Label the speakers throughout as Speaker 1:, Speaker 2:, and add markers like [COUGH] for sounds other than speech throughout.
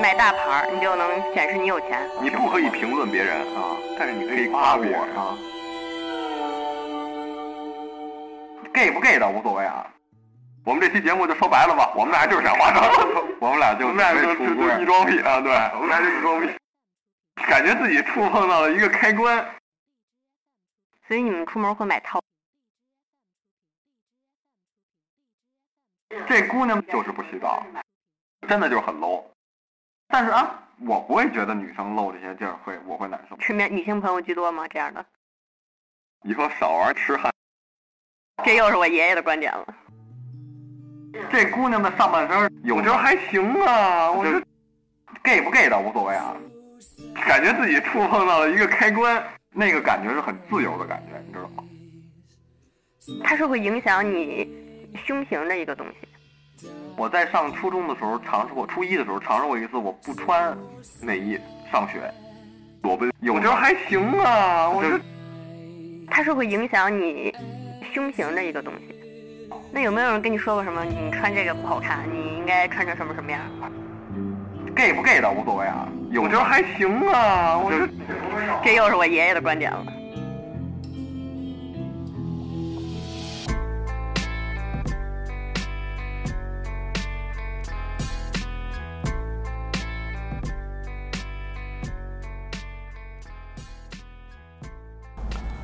Speaker 1: 买大牌儿，你就能显示你有钱。
Speaker 2: 你不可以评论别人啊，但是你可以夸别人啊。gay 不 gay 的无所谓啊。我们这期节目就说白了吧，我们俩就是想化妆，我们俩就
Speaker 3: 我们俩就
Speaker 2: 准备出
Speaker 3: 就就
Speaker 2: 柜
Speaker 3: 一装逼啊，对，我们俩就一装逼，感觉自己触碰到了一个开关。
Speaker 1: 所以你们出门会买套，
Speaker 2: 这姑娘就是不洗澡，真的就是很 low。但是啊，我不会觉得女生露这些地儿会我会难受。
Speaker 1: 身边女性朋友居多吗？这样的，
Speaker 2: 以后少玩痴汉。
Speaker 1: 这又是我爷爷的观点了。
Speaker 3: 嗯
Speaker 2: 这姑娘的上半身有，
Speaker 3: 我觉得还行啊，我觉得
Speaker 2: gay 不 gay 的无所谓啊，
Speaker 3: 感觉自己触碰到了一个开关。
Speaker 2: 那个感觉是很自由的感觉，你知道吗？
Speaker 1: 它是会影响你胸型的一个东西。
Speaker 2: 我在上初中的时候尝试过，初一的时候尝试过一次，我不穿内衣上学，裸奔。有
Speaker 3: 我觉得还行啊，我觉
Speaker 2: 就
Speaker 3: 得
Speaker 2: 是
Speaker 1: 它是会影响你胸型的一个东西。那有没有人跟你说过什么？你穿这个不好看，你应该穿成什么什么样？
Speaker 2: gay 不 gay 的无所谓啊，有
Speaker 3: 我觉得还行啊，我
Speaker 2: 就
Speaker 3: 觉得
Speaker 2: 是
Speaker 1: 这又是我爷爷的观点了。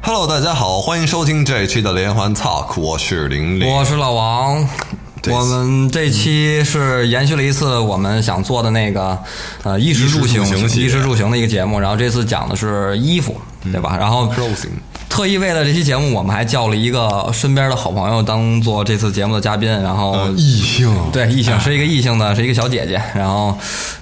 Speaker 4: Hello，大家好，欢迎收听这一期的连环 Talk，我是玲玲。
Speaker 5: 我是老王。
Speaker 4: 对
Speaker 5: 我们这期是延续了一次我们想做的那个呃衣食住行
Speaker 4: 衣食住行系列嗯
Speaker 5: 衣食住行的一个节目，然后这次讲的是衣服，对吧？然后
Speaker 4: Clothing
Speaker 5: 特意为了这期节目，我们还叫了一个身边的好朋友当做这次节目的嘉宾，然后、
Speaker 4: 呃异性，哎
Speaker 5: 对，异性是一个异性的，是一个小姐姐。然后，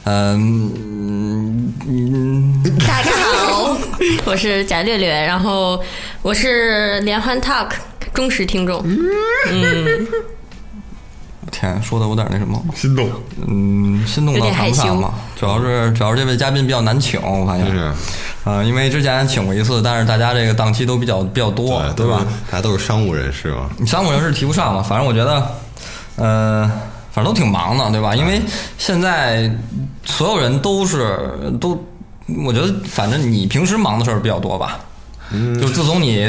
Speaker 5: 嗯嗯嗯，
Speaker 6: 大家好，我是贾略略，然后我是连环 talk 忠实听众。
Speaker 5: 天，说的我有点那什么，
Speaker 4: 心动，
Speaker 5: 嗯，心动
Speaker 6: 有
Speaker 5: 到
Speaker 6: 点
Speaker 5: 谈不
Speaker 6: 害
Speaker 5: 上
Speaker 6: 羞
Speaker 5: 吧。主要是主要是这位嘉宾比较难请，我发现
Speaker 4: 真是，
Speaker 5: 呃，因为之前请过一次，但是大家这个档期都比较比较多，
Speaker 4: 对，
Speaker 5: 对
Speaker 4: 都是
Speaker 5: 吧？
Speaker 4: 大家都是商务人士嘛，
Speaker 5: 你商务人士提不上嘛，反正我觉得，呃，反正都挺忙的，对吧？因为现在所有人都是都，我觉得反正你平时忙的事儿比较多吧。
Speaker 4: 嗯
Speaker 5: 就自
Speaker 4: [LAUGHS]
Speaker 5: 从你，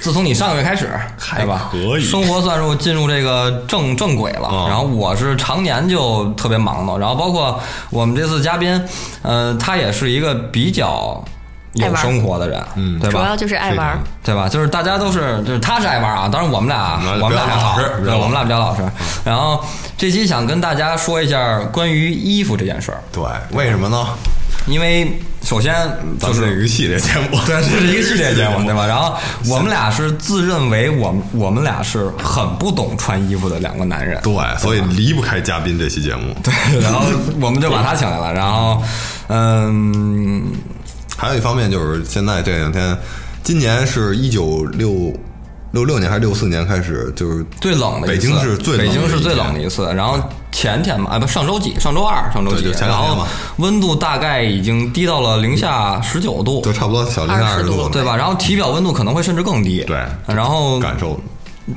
Speaker 5: 自从你上个月开始，对吧？
Speaker 4: 可以
Speaker 5: 生活算是进入这个正正轨了。
Speaker 4: 啊
Speaker 5: 然后我是常年就特别忙的，然后包括我们这次嘉宾，呃，他也是一个比较有生活的人，嗯，对
Speaker 6: 主
Speaker 5: 吧
Speaker 6: 要？就是爱玩儿，
Speaker 5: 对吧？就是大家都是，就是他是爱玩啊，当然我们俩
Speaker 4: 嗯
Speaker 5: 我们俩
Speaker 4: 比较
Speaker 5: 还好
Speaker 4: 老实比较
Speaker 5: 对，
Speaker 4: 老嗯实
Speaker 5: 我们俩比较老实。然后这期想跟大家说一下关于衣服这件事儿，
Speaker 4: 对，为什么呢？
Speaker 5: 因为首先
Speaker 4: 咱
Speaker 5: 就
Speaker 4: 们这
Speaker 5: 是
Speaker 4: 个系列节目， [LAUGHS]
Speaker 5: [LAUGHS] 对，这是一个系列节目，对吧？然后我们俩是自认为我们我们俩是很不懂穿衣服的两个男人， [LAUGHS]
Speaker 4: 对，所以离不开嘉宾这期节目。对，
Speaker 5: 然后我们就把他请来了，然后嗯，
Speaker 4: 还有一方面就是现在这两天，今年是一九六六六年还是六四年开始，就是
Speaker 5: 最冷的一次
Speaker 4: 北京是最冷的
Speaker 5: 北
Speaker 4: 一
Speaker 5: 京是最
Speaker 4: 年
Speaker 5: 冷的一次。然后前天嘛，啊不，上周几？上周二、上周几？
Speaker 4: 对就前
Speaker 5: 然
Speaker 4: 两天
Speaker 5: 后
Speaker 4: 嘛
Speaker 5: 温度大概已经低到了零下十九度，
Speaker 4: 就差不多小零下二十度了，
Speaker 5: 对吧？然后体表温度可能会甚至更低。啊
Speaker 4: 对
Speaker 5: 然后
Speaker 4: 感受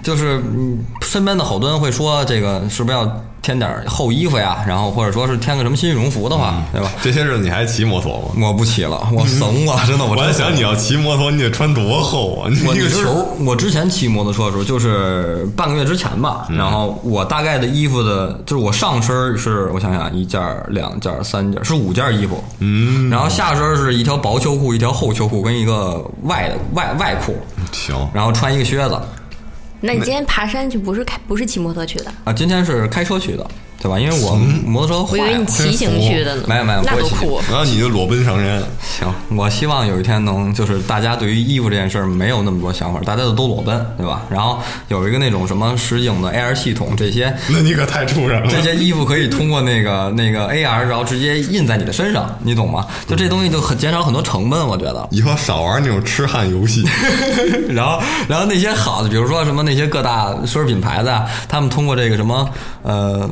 Speaker 5: 就是嗯身边的好多人会说，这个是不是要添点儿厚衣服呀？然后或者说是添个什么新羽绒服的话，对吧？
Speaker 4: 这些日子你还骑摩托吗？
Speaker 5: 我不骑了，我怂了，真的，我
Speaker 4: 嗯我
Speaker 5: 真
Speaker 4: 还
Speaker 5: 怂
Speaker 4: 想
Speaker 5: 了
Speaker 4: 你要骑摩托，你得穿多厚啊？你
Speaker 5: [LAUGHS] 我
Speaker 4: 一个
Speaker 5: 之
Speaker 4: 球，
Speaker 5: 我之前骑摩托车的时候，就是半个月之前吧。然后我大概的衣服的，就是我上身是我想想，一件儿、两件儿、三件儿，是五件儿衣服。嗯。然后下身是一条薄秋裤、一条厚秋裤跟一个外外外裤，
Speaker 4: 行，
Speaker 5: 然后穿一个靴子。
Speaker 6: 那你今天爬山去不是开不是骑摩托去的？
Speaker 5: 啊，今天是开车去的，对吧？因为我摩托车
Speaker 6: 我以
Speaker 5: 坏
Speaker 6: 为
Speaker 5: 了
Speaker 6: 你。骑行去的呢。
Speaker 5: 没有没有
Speaker 6: 那
Speaker 5: 不会
Speaker 6: 多
Speaker 5: 骑行
Speaker 6: 酷！
Speaker 4: 然后你就裸奔上山，
Speaker 5: [LAUGHS] 行，我希望有一天能，就是大家对于衣服这件事儿没有那么多想法，大家就都裸奔，对吧？然后有一个那种什么实景的 AR 系统，这些
Speaker 4: 那你可太畜生
Speaker 5: [LAUGHS]
Speaker 4: 了。
Speaker 5: 这些衣服可以通过那个那个 AR，然后直接印在你的身上，你懂吗？就这东西就很减少很多成本，我觉 [LAUGHS] 得。
Speaker 4: 以后少玩那种痴汉游戏，
Speaker 5: 然后，然后那些啊好的，比如说什么那些各大奢侈品牌的，他们通过这个什么呃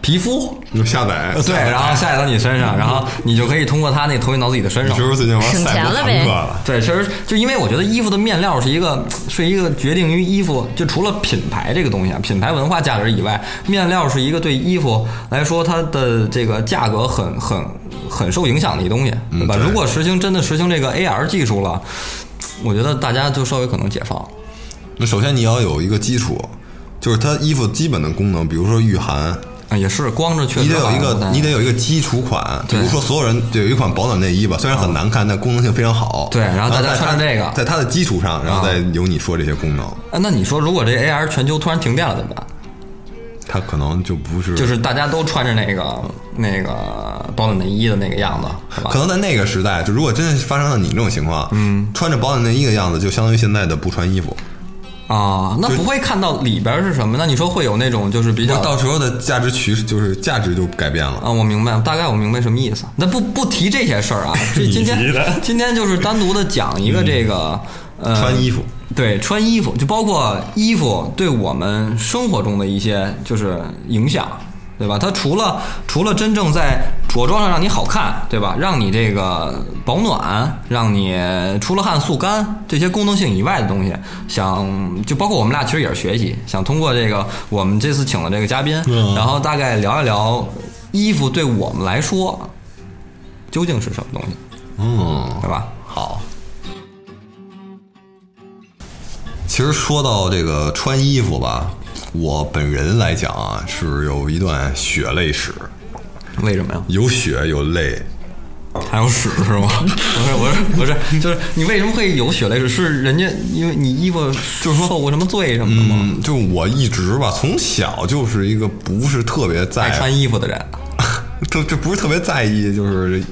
Speaker 5: 皮肤，
Speaker 4: 就下载
Speaker 5: [LAUGHS] 对，然后下载到你身上，然后你就可以通过它那投影到自己的身上
Speaker 4: 你是。不是最近玩
Speaker 6: 省
Speaker 4: 赛
Speaker 6: 钱
Speaker 4: 博
Speaker 6: 了
Speaker 4: 朋
Speaker 6: 呗
Speaker 4: 克了？
Speaker 5: 对，确实就因为我觉得衣服的面料是一个是一个决定于衣服，就除了品牌这个东西啊，品牌文化价值以外，面料是一个对衣服来说它的这个价格很很很受影响的一东西，对吧？
Speaker 4: 嗯对
Speaker 5: 如果实行真的实行这个 AR 技术了，我觉得大家就稍微可能解放。
Speaker 4: 那首先你要有一个基础，就是它衣服基本的功能，比如说御寒，
Speaker 5: 啊，也是光着确实
Speaker 4: 你得有
Speaker 5: 好
Speaker 4: 一
Speaker 5: 像不
Speaker 4: 个
Speaker 5: 太
Speaker 4: 你得有一个基础款，比
Speaker 5: 对嗯
Speaker 4: 如说所有人有一款保暖内衣吧，虽然很难看，但功能性非常好。
Speaker 5: 对然后大家
Speaker 4: 在它
Speaker 5: 穿着这个嗯
Speaker 4: 在它的基础上，然后再有你说这些功能，
Speaker 5: 啊那你说如果这 AR 全球突然停电了怎么办？
Speaker 4: 它可能就不是
Speaker 5: 就是大家都穿着那个那个保暖内衣的那个样子，是吧
Speaker 4: 可？能在那个时代，就如果真的发生了你这种情况，嗯，穿着保暖内衣的样子，就相当于现在的不穿衣服。
Speaker 5: 啊，那不会看到里边是什么？那你说会有那种就是比较
Speaker 4: 到时候的价值趋势就是价值就改变了。
Speaker 5: 啊，我明白，大概我明白什么意思。那不不提这些事儿啊，这今
Speaker 4: [LAUGHS]
Speaker 5: 天
Speaker 4: 你提的
Speaker 5: 今天就是单独的讲一个这个、呃
Speaker 4: 穿衣服，
Speaker 5: 对，穿衣服就包括衣服对我们生活中的一些就是影响，对吧？它除了除了真正在着装上让你好看，对吧？让你这个保暖，让你出了汗速干这些功能性以外的东西，想就包括我们俩其实也是学习，想通过这个我们这次请的这个嘉宾，
Speaker 4: 嗯
Speaker 5: 然后大概聊一聊衣服对我们来说究竟是什么东西，
Speaker 4: 嗯，
Speaker 5: 对吧？
Speaker 4: 好。其实说到这个穿衣服吧，我本人来讲啊，是有一段血泪史，
Speaker 5: 为什么呀？
Speaker 4: 有血有泪。
Speaker 5: 还有屎是吗？ [LAUGHS] 不是不是不是，就是你为什么会有血泪史？是人家因为你衣服就是说受过什么罪什么的吗？
Speaker 4: 嗯，就我一直吧，从小就是一个不是特别在
Speaker 5: 爱穿衣服的人
Speaker 4: [LAUGHS] 就就不是特别在意，就是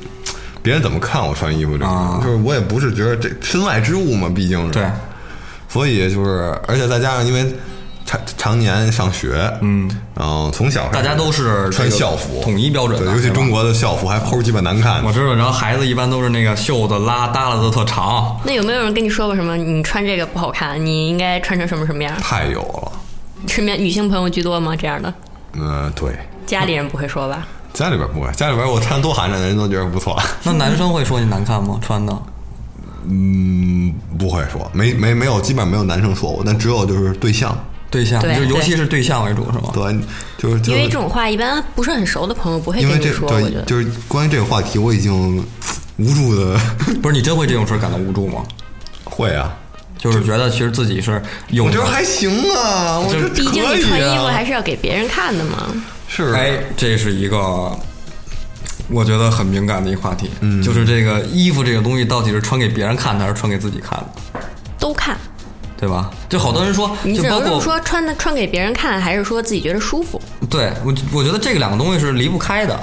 Speaker 4: 别人怎么看我穿衣服这个，
Speaker 5: 啊
Speaker 4: 就是我也不是觉得这身外之物嘛，毕竟是
Speaker 5: 对，
Speaker 4: 所以就是而且再加上因为常常年上学，嗯，然后从小开
Speaker 5: 大
Speaker 4: 始
Speaker 5: 家都是这
Speaker 4: 穿
Speaker 5: 个
Speaker 4: 校服，
Speaker 5: 统一标准的
Speaker 4: 对，尤其
Speaker 5: 对吧
Speaker 4: 中国的校服还齁鸡巴难看
Speaker 5: 我，知道。然后孩子一般都是那个袖子拉耷拉的特长，
Speaker 6: 那有没有人跟你说过什么？你穿这个不好看，你应该穿成什么什么样？
Speaker 4: 太有了，
Speaker 6: 身边女性朋友居多吗？这样的
Speaker 4: 嗯、对，
Speaker 6: 家里人不会说吧？
Speaker 4: 家里边不会，家里边我穿多寒碜的人都觉得不错，
Speaker 5: 那男生会说你难看吗？穿的
Speaker 4: 嗯，不会说，没没没有，基本上没有男生说我，但只有就是对象，
Speaker 5: 对象，
Speaker 6: 对
Speaker 5: 就尤
Speaker 6: 对
Speaker 5: 其是对象为主是吗？
Speaker 4: 对，就是就是
Speaker 6: 因为这种话一般不是很熟的朋友不会
Speaker 4: 嗯因
Speaker 6: 跟
Speaker 4: 为
Speaker 6: 你
Speaker 4: 这
Speaker 6: 说，我觉
Speaker 4: 对，
Speaker 6: 得。
Speaker 4: 就是关于这个话题，我已经无助的
Speaker 5: 不是你真会这种事儿感到无助吗？
Speaker 4: [LAUGHS] 会啊，
Speaker 5: 就是觉得其实自己是有
Speaker 4: 我觉得还行啊，我觉得
Speaker 6: 毕竟
Speaker 4: 可
Speaker 6: 你
Speaker 4: 以
Speaker 6: 穿衣服
Speaker 4: 啊，
Speaker 6: 还是要给别人看的嘛。
Speaker 4: 是
Speaker 5: 哎，这是一个我觉得很敏感的一个话题，嗯，就是这个衣服这个东西到底是穿给别人看的，还是穿给自己看的，
Speaker 6: 都看。
Speaker 5: 对吧？就好多人说，
Speaker 6: 你
Speaker 5: 就
Speaker 6: 只
Speaker 5: 包
Speaker 6: 能这么
Speaker 5: 括
Speaker 6: 说，穿的穿给别人看，还是说自己觉得舒服？
Speaker 5: 对我，我觉得这两个东西是离不开的。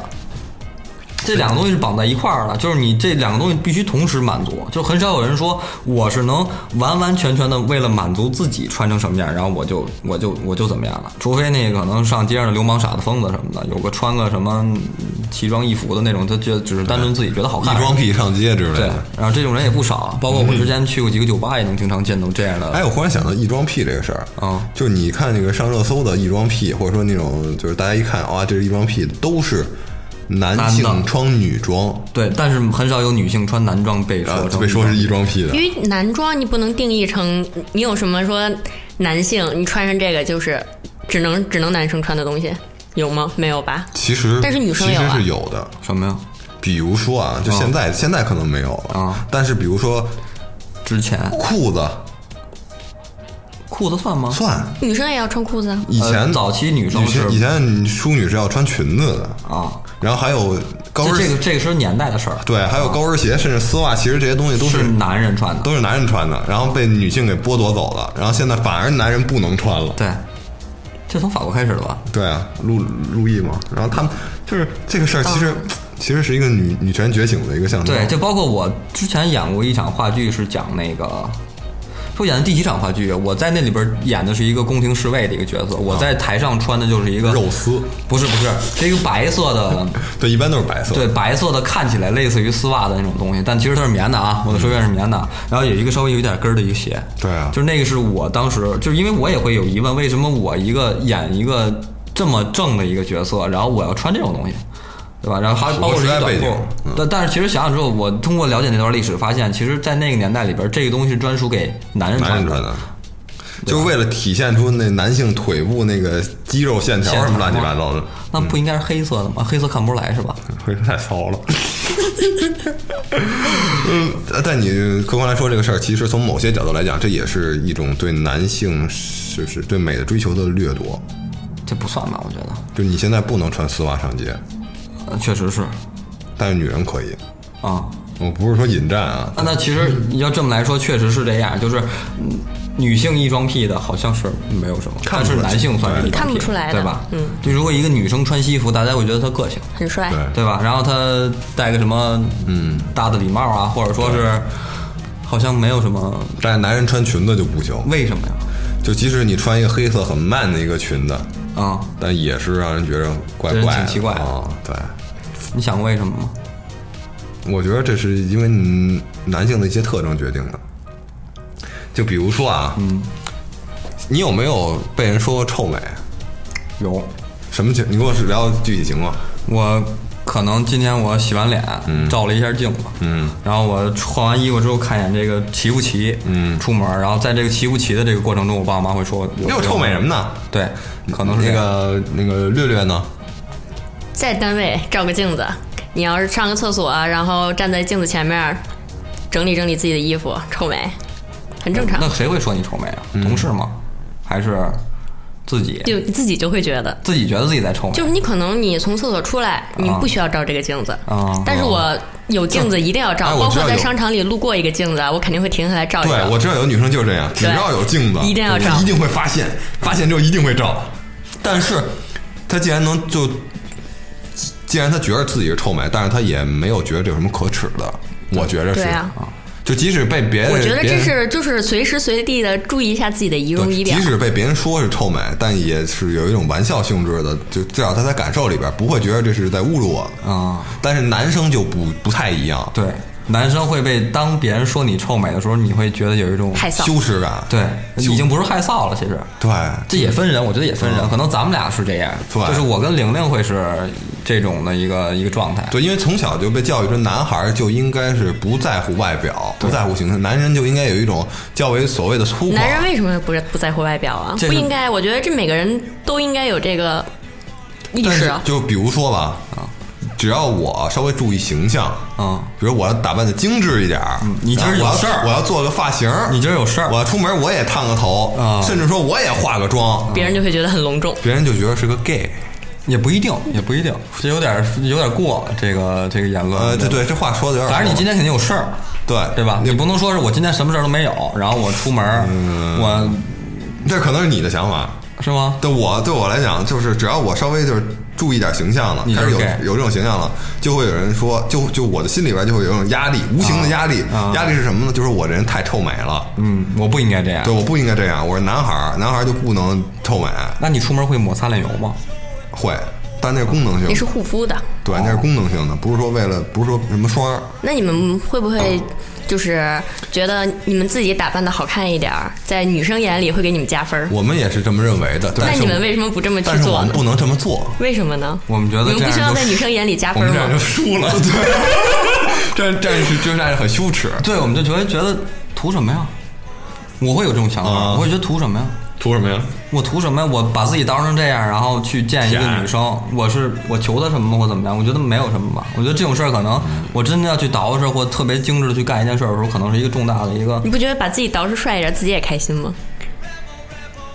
Speaker 5: 这两个东西是绑在一块儿的，就是你这两个东西必须同时满足，就很少有人说我是能完完全全的为了满足自己穿成什么样，然后我就我就我就怎么样了，除非那个可能上街上的流氓傻子疯子什么的，有个穿个什么奇装异服的那种，他就只是单纯自己觉得好看，
Speaker 4: 一装癖上街之类
Speaker 5: 对
Speaker 4: 的。，
Speaker 5: 然后这种人也不少，包括我之前去过几个酒吧，也能经常见到这样的。
Speaker 4: 哎，我忽然想到异装癖这个事儿
Speaker 5: 嗯
Speaker 4: 就是你看那个上热搜的异装癖，或者说那种就是大家一看啊，这是异装癖，都是男
Speaker 5: 男
Speaker 4: 性
Speaker 5: 的
Speaker 4: 穿女装，
Speaker 5: 对，但是很少有女性穿男装被
Speaker 4: 啊
Speaker 5: 说，成
Speaker 4: 被说是异装癖的
Speaker 5: 啊
Speaker 6: 因。为男装你不能定义成你有什么说男性你穿上这个就是只能只能男生穿的东西，有吗？没有吧？
Speaker 4: 其实，
Speaker 6: 但是女生
Speaker 4: 其
Speaker 6: 有
Speaker 4: 实
Speaker 6: 啊
Speaker 4: 是有的，
Speaker 5: 什么呀？
Speaker 4: 比如说啊，就现在、现在可能没有了，
Speaker 5: 啊
Speaker 4: 但是比如说
Speaker 5: 之前
Speaker 4: 裤子
Speaker 5: 裤子算吗？
Speaker 4: 算，
Speaker 6: 女生也要穿裤子啊。
Speaker 4: 以前、
Speaker 5: 呃早期女生
Speaker 4: 以前
Speaker 5: 是
Speaker 4: 以前淑女是要穿裙子的，
Speaker 5: 啊，
Speaker 4: 然后还有高
Speaker 5: 这
Speaker 4: 跟
Speaker 5: 这个这个是年代的事儿，
Speaker 4: 对，还有高跟鞋，甚至丝袜，其实这些东西都
Speaker 5: 是
Speaker 4: 是
Speaker 5: 男人穿的。
Speaker 4: 都是男人穿的，然后被女性给剥夺走了，然后现在反而男人不能穿了。
Speaker 5: 对，这从法国开始的吧？
Speaker 4: 对啊，路路易嘛，然后他们就是这个事儿，其实、其实是一个女女权觉醒的一个象征。
Speaker 5: 对，就包括我之前演过一场话剧，是讲那个，是我演的第几场话剧？我在那里边演的是一个宫廷侍卫的一个角色，我在台上穿的就是一个
Speaker 4: 啊肉丝，
Speaker 5: 不是不是，是一个白
Speaker 4: [LAUGHS]
Speaker 5: 色的。
Speaker 4: 对，一般都是白色。
Speaker 5: 对，白色的看起来类似于丝袜的那种东西，但其实它是棉的啊，我的说愿是棉的。然后有一个稍微有点跟儿的一个鞋，
Speaker 4: 嗯对啊
Speaker 5: 就是那个是我当时，就是因为我也会有疑问，为什么我一个演一个这么正的一个角色，然后我要穿这种东西，对吧？然后还包括是一个
Speaker 4: 时代
Speaker 5: 短
Speaker 4: 背
Speaker 5: 裤
Speaker 4: 景，嗯
Speaker 5: 但但是其实想想之后，我通过了解那段历史，发现其实，在那个年代里边，这个东西是专属给男人
Speaker 4: 男
Speaker 5: 穿
Speaker 4: 人穿的，就为了体现出那男性腿部那个肌肉线条什么乱七八糟的，
Speaker 5: 那不应该是黑色的吗？黑色看不出来是吧？
Speaker 4: 会太骚了。嗯， [LAUGHS] 但你客观来说这个事儿，其实从某些角度来讲，这也是一种对男性就是对美的追求的掠夺。
Speaker 5: 这不算吧？我觉得，
Speaker 4: 就你现在不能穿丝袜上街，
Speaker 5: 呃确实是，
Speaker 4: 但是女人可以。
Speaker 5: 啊、
Speaker 4: 我不是说引战啊，
Speaker 5: 那那其实你要这么来说，确实是这样，就是嗯女性异装癖的好像是没有什么，
Speaker 4: 看
Speaker 5: 但
Speaker 4: 不出
Speaker 5: 是
Speaker 4: 来
Speaker 5: 男性算是异装癖
Speaker 6: 看不出来的
Speaker 5: 对吧？
Speaker 6: 嗯，
Speaker 5: 就如果一个女生穿西服，大家会觉得她个性，
Speaker 6: 很帅。
Speaker 4: 对
Speaker 5: 对吧？然后她戴个什么嗯大的礼帽啊，或者说是好像没有什么，
Speaker 4: 但是男人穿裙子就不行。
Speaker 5: 为什么呀？
Speaker 4: 就即使你穿一个黑色很慢的一个裙子，
Speaker 5: 啊、
Speaker 4: 但也是让人觉得怪怪
Speaker 5: 对
Speaker 4: 的，
Speaker 5: 挺奇怪的
Speaker 4: 啊。对，
Speaker 5: 你想过为什么吗？
Speaker 4: 我觉得这是因为嗯男性的一些特征决定的。就比如说啊，嗯，你有没有被人说过臭美？
Speaker 5: 有，
Speaker 4: 什么情？你跟我聊具体情况。
Speaker 5: 我可能今天我洗完脸，照了一下镜子，嗯，然后我换完衣服之后看一眼这个齐不齐，嗯，出门，然后在这个齐不齐的这个过程中，我爸我妈会说我
Speaker 4: 又臭美什么？呢？
Speaker 5: 对，可能是
Speaker 4: 那
Speaker 5: 这样
Speaker 4: 个那个略略呢？
Speaker 6: 在单位照个镜子，你要是上个厕所，啊然后站在镜子前面整理整理自己的衣服，臭美，很正常
Speaker 5: 那。谁会说你臭美啊？
Speaker 4: 嗯
Speaker 5: 同事吗？还是自己？
Speaker 6: 就自己就会觉得，
Speaker 5: 自己觉得自己在臭美？
Speaker 6: 就是你可能你从厕所出来，你不需要照这个镜子，
Speaker 5: 啊
Speaker 6: 但是我有镜子一定要照，
Speaker 4: 哎我
Speaker 6: 包
Speaker 4: 知
Speaker 6: 括
Speaker 4: 道
Speaker 6: 在
Speaker 4: 有
Speaker 6: 商场里路过一个镜子，啊我肯定会停下来照一
Speaker 4: 对
Speaker 6: 照。，
Speaker 4: 我知道有的女生就是这样，只
Speaker 6: 哎对
Speaker 4: 要有镜子，
Speaker 6: 一定要照
Speaker 4: 她一定会发现，发现之后一定会照。但是，她既然能就，既然她觉得自己是臭美，但是她也没有觉得这有什么可耻的。我觉着是，
Speaker 6: 对啊
Speaker 4: 就即使被别人，
Speaker 6: 我觉得
Speaker 4: 别
Speaker 6: 这
Speaker 4: 人
Speaker 6: 是就是随时随地的注意一下自己的仪容
Speaker 4: 对
Speaker 6: 仪表
Speaker 4: 即。使被别人说是臭美，但也是有一种玩笑性质的，就至少他在感受里边不会觉得这是在侮辱我。
Speaker 5: 啊
Speaker 4: 但是男生就不不太一样，
Speaker 5: 对，男生会被当别人说你臭美的时候，你会觉得有一种
Speaker 6: 害臊
Speaker 4: 羞耻感，
Speaker 5: 对，已经不是害臊了，其实。
Speaker 4: 对，
Speaker 5: 这也分人，我觉得也分人，可能咱们俩是这样，
Speaker 4: 对
Speaker 5: 就是我跟玲玲会是这种的一个一个状态，
Speaker 4: 对，因为从小就被教育说，男孩儿就应该是不在乎外表，不在乎形象，男人就应该有一种较为所谓的粗犷。
Speaker 6: 男人为什么不是不在乎外表啊？
Speaker 5: 这
Speaker 6: 不
Speaker 5: 是
Speaker 6: 应该，我觉得这每个人都应该有这个意
Speaker 4: 但
Speaker 6: 识
Speaker 4: 是
Speaker 6: 啊。
Speaker 4: 就比如说吧，
Speaker 5: 啊
Speaker 4: 只要我稍微注意形象，
Speaker 5: 嗯，
Speaker 4: 比如我要打扮的精致一点儿，
Speaker 5: 你今儿
Speaker 4: 然后我
Speaker 5: 有
Speaker 4: 要
Speaker 5: 事儿
Speaker 4: 我要做个发型，
Speaker 5: 你今儿有事儿
Speaker 4: 我要出门我也烫个头，
Speaker 5: 啊
Speaker 4: 甚至说我也化个妆，
Speaker 6: 别人就会觉得很隆重。
Speaker 4: 别人就觉得是个 gay。
Speaker 5: 也不一定，也不一定，这有点有点过这个这个言论，
Speaker 4: 呃，对，对，这话说的有点过了，
Speaker 5: 嗯反正你今天肯定有事儿，
Speaker 4: 对
Speaker 5: 对吧？你不能说是我今天什么事儿都没有，然后我出门儿，我
Speaker 4: 这可能是你的想法。
Speaker 5: 是吗？
Speaker 4: 对我对我来讲，就是只要我稍微就是注意点形象了，
Speaker 5: 你就
Speaker 4: 开
Speaker 5: 是
Speaker 4: 始有
Speaker 5: gay
Speaker 4: 有这种形象了，就会有人说，就就我的心里边就会有一种压力，无形的压力。
Speaker 5: 啊
Speaker 4: 压力是什么呢？就是我这人太臭美了，
Speaker 5: 嗯，我不应该这样
Speaker 4: 对，。我不应该这样。我是男孩儿，男孩儿就不能臭美，
Speaker 5: 那你出门会抹擦脸油吗？
Speaker 4: 会，但那是功能性
Speaker 6: 你是
Speaker 4: 的，
Speaker 6: 护肤的，
Speaker 4: 对，那是功能性的，不是说为了，不是说什么双儿。
Speaker 6: 那你们会不会就是觉得你们自己打扮的好看一点儿，在女生眼里会给你们加分儿？
Speaker 4: 我们也是这么认为的，
Speaker 6: 那
Speaker 4: 但是
Speaker 6: 你们为什么不这么去
Speaker 4: 但是我
Speaker 6: 做
Speaker 4: 们
Speaker 6: 呢？
Speaker 4: 不能这么做，
Speaker 6: 为什么呢？
Speaker 5: 我们觉得
Speaker 6: 你们
Speaker 5: 这样
Speaker 6: 不需要
Speaker 5: 就
Speaker 6: 在
Speaker 5: 是
Speaker 6: 女生眼里加
Speaker 4: 我
Speaker 6: 分
Speaker 4: 们
Speaker 6: 儿
Speaker 4: 这样就
Speaker 6: 吗？
Speaker 4: 输
Speaker 6: [LAUGHS]
Speaker 4: 了，对， [LAUGHS] 这样这样是这样是很羞耻。
Speaker 5: 对，我们就觉得觉得图什么呀？我会有这种想法，
Speaker 4: 啊
Speaker 5: 我会觉得图什么呀？
Speaker 4: 图什么呀？
Speaker 5: 我图什么呀？我把自己捯饬成这样，然后去见一个
Speaker 4: 舔
Speaker 5: 女生，我是我求她什么吗？或怎么样？我觉得没有什么吧。我觉得这种事儿，可能
Speaker 6: 嗯
Speaker 5: 我真的要去捯饬或特别精致的去干一件事儿的时候，可能是一个重大的一个
Speaker 6: 你不觉得把自己捯饬帅一点，自己也开心吗？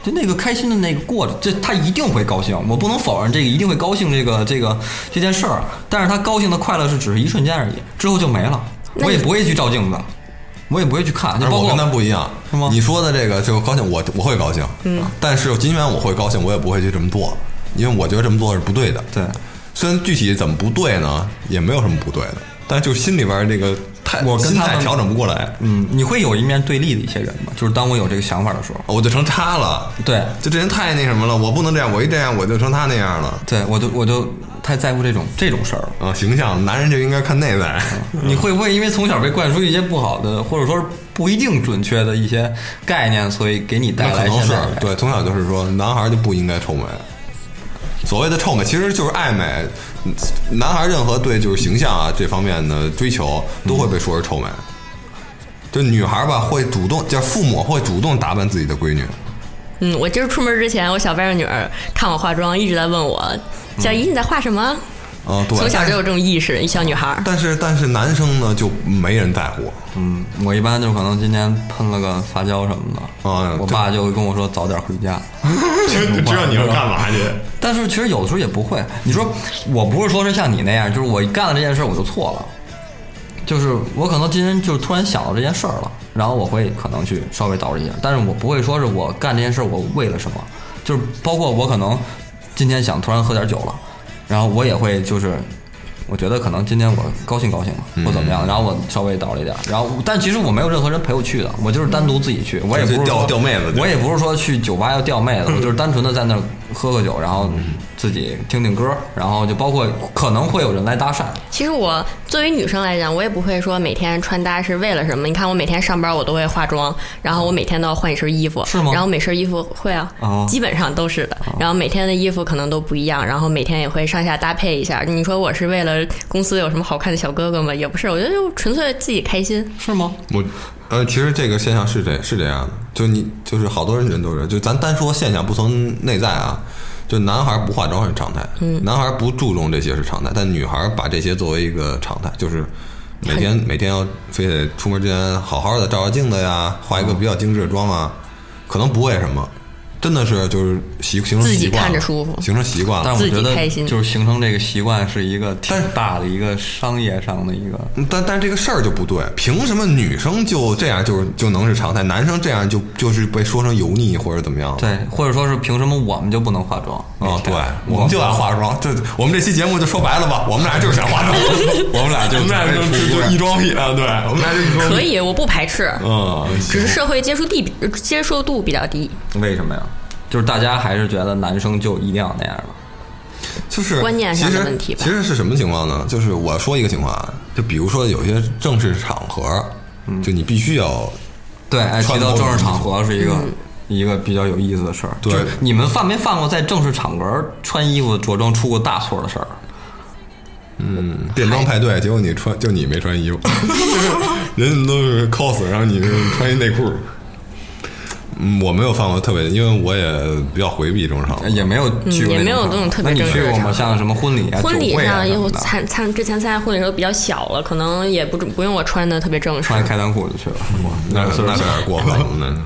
Speaker 5: 就那个开心的那个过程，这他一定会高兴，我不能否认这个一定会高兴这个这个这件事儿，但是他高兴的快乐是只是一瞬间而已，之后就没了，
Speaker 6: 那
Speaker 5: 我也
Speaker 6: 你
Speaker 5: 不会去照镜子，我也不会去看，就
Speaker 4: 但是
Speaker 5: 包
Speaker 4: 我
Speaker 5: 括
Speaker 4: 跟他不一样，
Speaker 5: 是吗
Speaker 4: 你说的这个就高兴，我我会高兴，嗯，但是尽管我会高兴，我也不会去这么做，因为我觉得这么做是不对的。
Speaker 5: 对，
Speaker 4: 虽然具体怎么不对呢，也没有什么不对的，但是就心里边这个态，
Speaker 5: 我跟
Speaker 4: 心
Speaker 5: 他们
Speaker 4: 态调整不过来，
Speaker 5: 嗯，你会有一面对立的一些人吗？就是当我有这个想法的时候，
Speaker 4: 我就成他了。
Speaker 5: 对
Speaker 4: 就这人太那什么了，我不能这样，我一这样我就成他那样了。
Speaker 5: 对，我就我就太在乎这种这种事儿了。
Speaker 4: 啊，形象，男人就应该看内在。
Speaker 5: 你会不会因为从小被灌输一些不好的，或者说是不一定准确的一些概念，所以给你带
Speaker 4: 那可
Speaker 5: 来
Speaker 4: 能
Speaker 5: 现
Speaker 4: 是
Speaker 5: 在的
Speaker 4: 对，从小就是说，男孩就不应该臭美，所谓的臭美，其实就是爱美。嗯男孩任何对就是形象啊这方面的追求，都会被说是臭美。就女孩吧，会主动，就是父母会主动打扮自己的闺女。
Speaker 6: 嗯，我今儿出门之前，我小外甥女儿看我化妆，一直在问我：“小姨，你在画什么？”
Speaker 5: 哦
Speaker 4: 嗯，对。
Speaker 6: 从小就有这种意识，一小女孩儿。
Speaker 4: 但是但是男生呢就没人在 [LAUGHS] 乎，
Speaker 5: 嗯，我一般就可能今天喷了个发胶什么的，
Speaker 4: 啊
Speaker 5: 我
Speaker 4: 对
Speaker 5: 爸就会跟我说早点回家。
Speaker 4: 知道你要干嘛去。
Speaker 5: 但是其实有的时候也不会，你说我不是说是像你那样，就是我干了这件事我就错了，就是我可能今天就突然想到这件事儿了，然后我会可能去稍微捯饬一下，但是我不会说是我干这件事儿我为了什么，就是包括我可能今天想突然喝点酒了，然后我也会就是。我觉得可能今天我高兴高兴吧，
Speaker 4: 嗯
Speaker 5: 或怎么样，然后我稍微捯饬一点，然后但其实我没有任何人陪我去的，我就是单独自己去，我也不是
Speaker 4: 就钓嗯
Speaker 5: 说
Speaker 4: 钓妹子去
Speaker 5: 我也不是说去酒吧要钓妹子，我就是单纯的在那儿喝喝酒，然后
Speaker 4: 嗯
Speaker 5: 自己听听歌，然后就包括可能会有人来搭讪，
Speaker 6: 其实我作为女生来讲，我也不会说每天穿搭是为了什么。你看我每天上班我都会化妆，然后我每天都要换一身衣服，
Speaker 5: 是吗
Speaker 6: 然后每身衣服会啊，
Speaker 5: 哦
Speaker 6: 基本上都是的。然后每天的衣服可能都不一样，然后每天也会上下搭配一下。你说我是为了公司有什么好看的小哥哥吗？也不是，我觉得就纯粹自己开心。
Speaker 5: 是吗？
Speaker 4: 我呃，其实这个现象是这是这样的，就你就是好多人人都是，就咱单说现象，不从内在啊。就男孩不化妆是常态，
Speaker 6: 嗯
Speaker 4: 男孩不注重这些是常态，但女孩把这些作为一个常态，就是每天每天要非得出门之前好好的照照镜子呀，化
Speaker 6: 哦
Speaker 4: 一个比较精致的妆啊，可能不为什么，真的是就是习形成
Speaker 6: 自己
Speaker 4: 习惯了
Speaker 6: 看着舒服
Speaker 4: 形成习惯了。
Speaker 5: 啊但我
Speaker 6: 自己
Speaker 5: 觉得
Speaker 6: 开心
Speaker 5: 就是形成这个习惯是一个挺大的一个商业上的一个，
Speaker 4: 但但这个事儿就不对，凭什么女生就这样就是就能是常态，男生这样就就是被说成油腻或者怎么样？
Speaker 5: 对，或者说是凭什么我们就不能化妆？哦
Speaker 4: 啊、
Speaker 5: 每
Speaker 4: 对
Speaker 5: 天，
Speaker 4: 我们就爱化妆。这我们这期节目就说白了吧，我们俩就是想化 [LAUGHS] 妆，我们俩就我们俩就就就一装癖啊，对，我们俩就一装癖。
Speaker 6: 可以，我不排斥，
Speaker 4: 嗯，
Speaker 6: 只是社会接触地呃接受度比较低，
Speaker 5: 为什么呀？就是大家还是觉得男生就一定要那样了。
Speaker 4: 就是
Speaker 6: 观念上的
Speaker 4: 其实
Speaker 6: 问题吧
Speaker 4: 其实是什么情况呢？就是我说一个情况啊，就比如说有些正式场合，就你必须要
Speaker 5: 对，哎，提
Speaker 4: 穿
Speaker 5: 到
Speaker 4: 某
Speaker 5: 正
Speaker 4: 种
Speaker 5: 式场
Speaker 4: 衣服
Speaker 5: 合是一个、
Speaker 6: 嗯
Speaker 5: 一个比较有意思的事儿。
Speaker 4: 对
Speaker 5: 就是你们犯没犯过在正式场合穿衣服着装出过大错的事儿？
Speaker 4: 变装派
Speaker 5: 哎
Speaker 4: 对，结果你穿就你没穿衣
Speaker 5: [LAUGHS]
Speaker 4: 服，人家都是 cos，然后你是穿一内裤。嗯，我没有犯过特别，因为我也比较回避这种场合。
Speaker 5: 哎也没有去过
Speaker 6: 嗯也
Speaker 5: 那
Speaker 6: 没有
Speaker 5: 场合
Speaker 6: 那种特别
Speaker 5: 那你
Speaker 6: 正
Speaker 5: 去
Speaker 6: 式的
Speaker 5: 过吗？
Speaker 6: 场
Speaker 5: 像什么婚礼啊、
Speaker 6: 婚礼
Speaker 5: 酒会啊
Speaker 6: 上，因为
Speaker 5: 什
Speaker 6: 我
Speaker 5: 么的，
Speaker 6: 参参之前参加婚礼的时候比较小了，可能也不不用我穿的特别正式。
Speaker 5: 穿开裆裤就去了。 [LAUGHS]
Speaker 4: 那
Speaker 5: 岁数
Speaker 4: 那有
Speaker 5: 小
Speaker 4: 点过分了。
Speaker 5: [LAUGHS]
Speaker 4: 那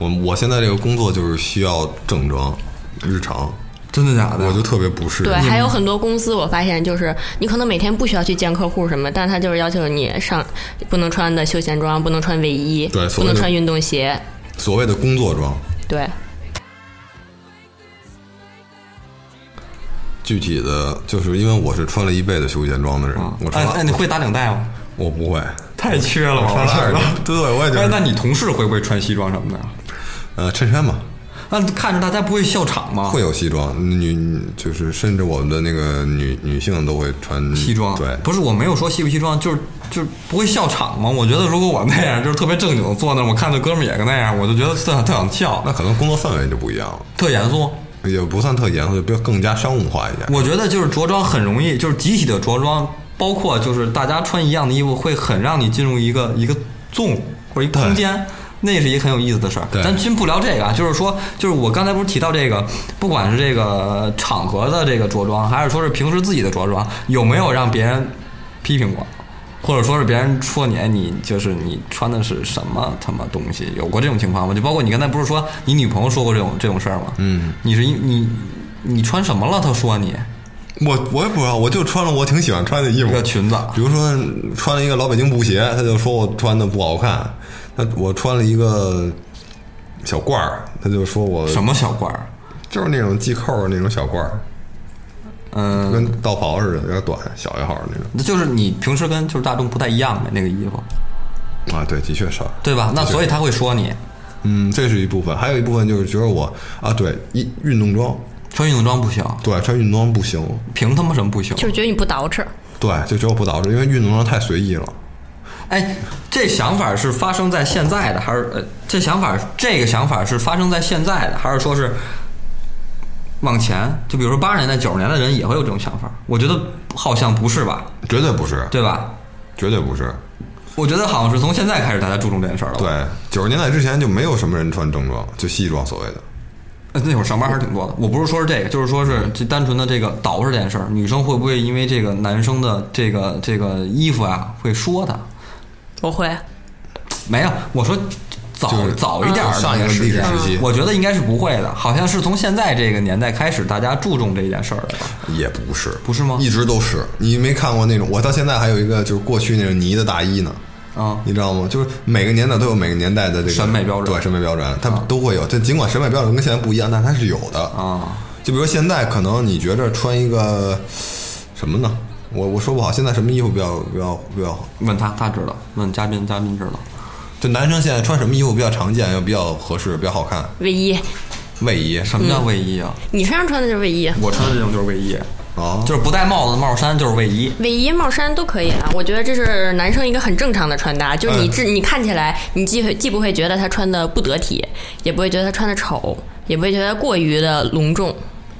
Speaker 4: 我我现在这个工作就是需要正装，日常
Speaker 5: 真的假的？
Speaker 4: 我就特别不适应。
Speaker 6: 对，还有很多公司，我发现就是你可能每天不需要去见客户什么，但他就是要求你上不能穿的休闲装，不能穿卫衣，
Speaker 4: 对
Speaker 6: 不
Speaker 4: 所谓
Speaker 6: 能
Speaker 4: 的
Speaker 6: 穿运动鞋，
Speaker 4: 所谓的工作装，
Speaker 6: 对，
Speaker 4: 具体的就是因为我是穿了一辈子休闲装的人，我穿
Speaker 5: 哎
Speaker 4: 了、
Speaker 5: 哎，你会打领带吗？
Speaker 4: 我不会。
Speaker 5: 太缺了吧！
Speaker 4: 穿了二
Speaker 5: [LAUGHS]
Speaker 4: 十，对，我也觉
Speaker 5: 哎，那
Speaker 4: 得，
Speaker 5: 你同事会不会穿西装什么的？
Speaker 4: 呃，衬衫吧，
Speaker 5: 那看着大家不会笑场吗？
Speaker 4: 会有西装，女就是甚至我们的那个女女性都会穿
Speaker 5: 西装，
Speaker 4: 对，
Speaker 5: 不是我没有说西不西装，就是就是不会笑场吗？我觉得如果我那样，就是特别正经地坐那儿，我看着哥们儿也跟那样，我就觉得特特想笑，
Speaker 4: 那可能工作氛围就不一样了，
Speaker 5: 特严肃。
Speaker 4: 也不算特严肃，就比较更加商务化一点。
Speaker 5: 我觉得就是着装很容易，就是集体的着装，包括就是大家穿一样的衣服，会很让你进入一个一个纵或者一个空间。那是一个很有意思的事儿，
Speaker 4: 对
Speaker 5: 咱先不聊这个啊，就是说，就是我刚才不是提到这个，不管是这个场合的这个着装，还是说是平时自己的着装，有没有让别人批评过，或者说是别人说你，哎你就是你穿的是什么他妈东西，有过这种情况吗？就包括你刚才不是说你女朋友说过这种这种事儿吗？
Speaker 4: 嗯，哦
Speaker 5: 你是因你你穿什么了？她说你，
Speaker 4: 我我也不知道，我就穿了我挺喜欢穿的衣服
Speaker 5: 一，个裙子，
Speaker 4: 比如说穿了一个老北京布鞋，他就说我穿的不好看；那我穿了一个小褂儿，他就说我
Speaker 5: 什么小褂儿？
Speaker 4: 就是那种系扣儿那种小褂儿，
Speaker 5: 嗯，
Speaker 4: 跟道袍似的，有点短，小一号儿那种。
Speaker 5: 就是你平时跟就是大众不太一样的那个衣服，
Speaker 4: 啊，对，的确少。
Speaker 5: 对吧？那所以他会说你
Speaker 4: 嗯，这是一部分，还有一部分就是觉得我啊，对，一运动装，
Speaker 5: 穿运动装不行，
Speaker 4: 对，穿运动装不行，
Speaker 5: 凭他妈什么不行？
Speaker 6: 就是觉得你不捯饬。
Speaker 4: 对，就觉得我不捯饬，因为运动装太随意了。
Speaker 5: 哎，这想法是发生在现在的，还是呃，这想法这个想法是发生在现在的，还是说是往前，就比如说八十年代、九十年代的人也会有这种想法。我觉得好像不是吧，
Speaker 4: 绝对不是，
Speaker 5: 对哦吧？
Speaker 4: 绝对不是。
Speaker 5: 我觉得好像是从现在开始大家注重这件事儿了。
Speaker 4: 对，九十年代之前就没有什么人穿正装，就西装所谓的。
Speaker 5: 呃，那会儿上班还是挺多的。我不是说是这个，就是说是这单纯的这个捯饬这件事儿，女生会不会因为这个男生的这个这个衣服啊会说他？
Speaker 6: 我会，
Speaker 5: 没有，我说早、
Speaker 4: 就是
Speaker 5: 早一点儿的
Speaker 4: 上一个
Speaker 5: 时
Speaker 4: 历史
Speaker 5: 间
Speaker 4: 时期
Speaker 5: 我觉得应该是不会的，好像是从现在这个年代开始，大家注重这一件事儿了吧，
Speaker 4: 也不是，
Speaker 5: 不是吗？
Speaker 4: 一直都是。你没看过那种，我到现在还有一个就是过去那种呢的大衣呢，
Speaker 5: 啊、
Speaker 4: 你知道吗？就是每个年代都有每个年代的这个
Speaker 5: 审美标准
Speaker 4: 对审美标准，它都会有。这尽管审美标准跟现在不一样，但它是有的
Speaker 5: 啊。
Speaker 4: 就比如现在可能你觉着穿一个什么呢？我我说不好，现在什么衣服比较比较比较好？
Speaker 5: 问他，他知道；问嘉宾，嘉宾知道。
Speaker 4: 就男生现在穿什么衣服比较常见，又比较合适，比较好看？
Speaker 6: 卫衣，
Speaker 4: 卫衣
Speaker 5: 什么叫卫衣啊？
Speaker 6: 你身上穿的就是卫衣，
Speaker 5: 我穿的这种就是卫衣，
Speaker 6: 嗯
Speaker 4: 哦，
Speaker 5: 就是不戴帽子、帽衫就是卫衣。
Speaker 6: 卫衣、帽衫都可以啊。我觉得这是男生一个很正常的穿搭，就是你
Speaker 4: 嗯
Speaker 6: 这、你看起来，你既会既不会觉得他穿的不得体，也不会觉得他穿的丑，也不会觉得过于的隆重，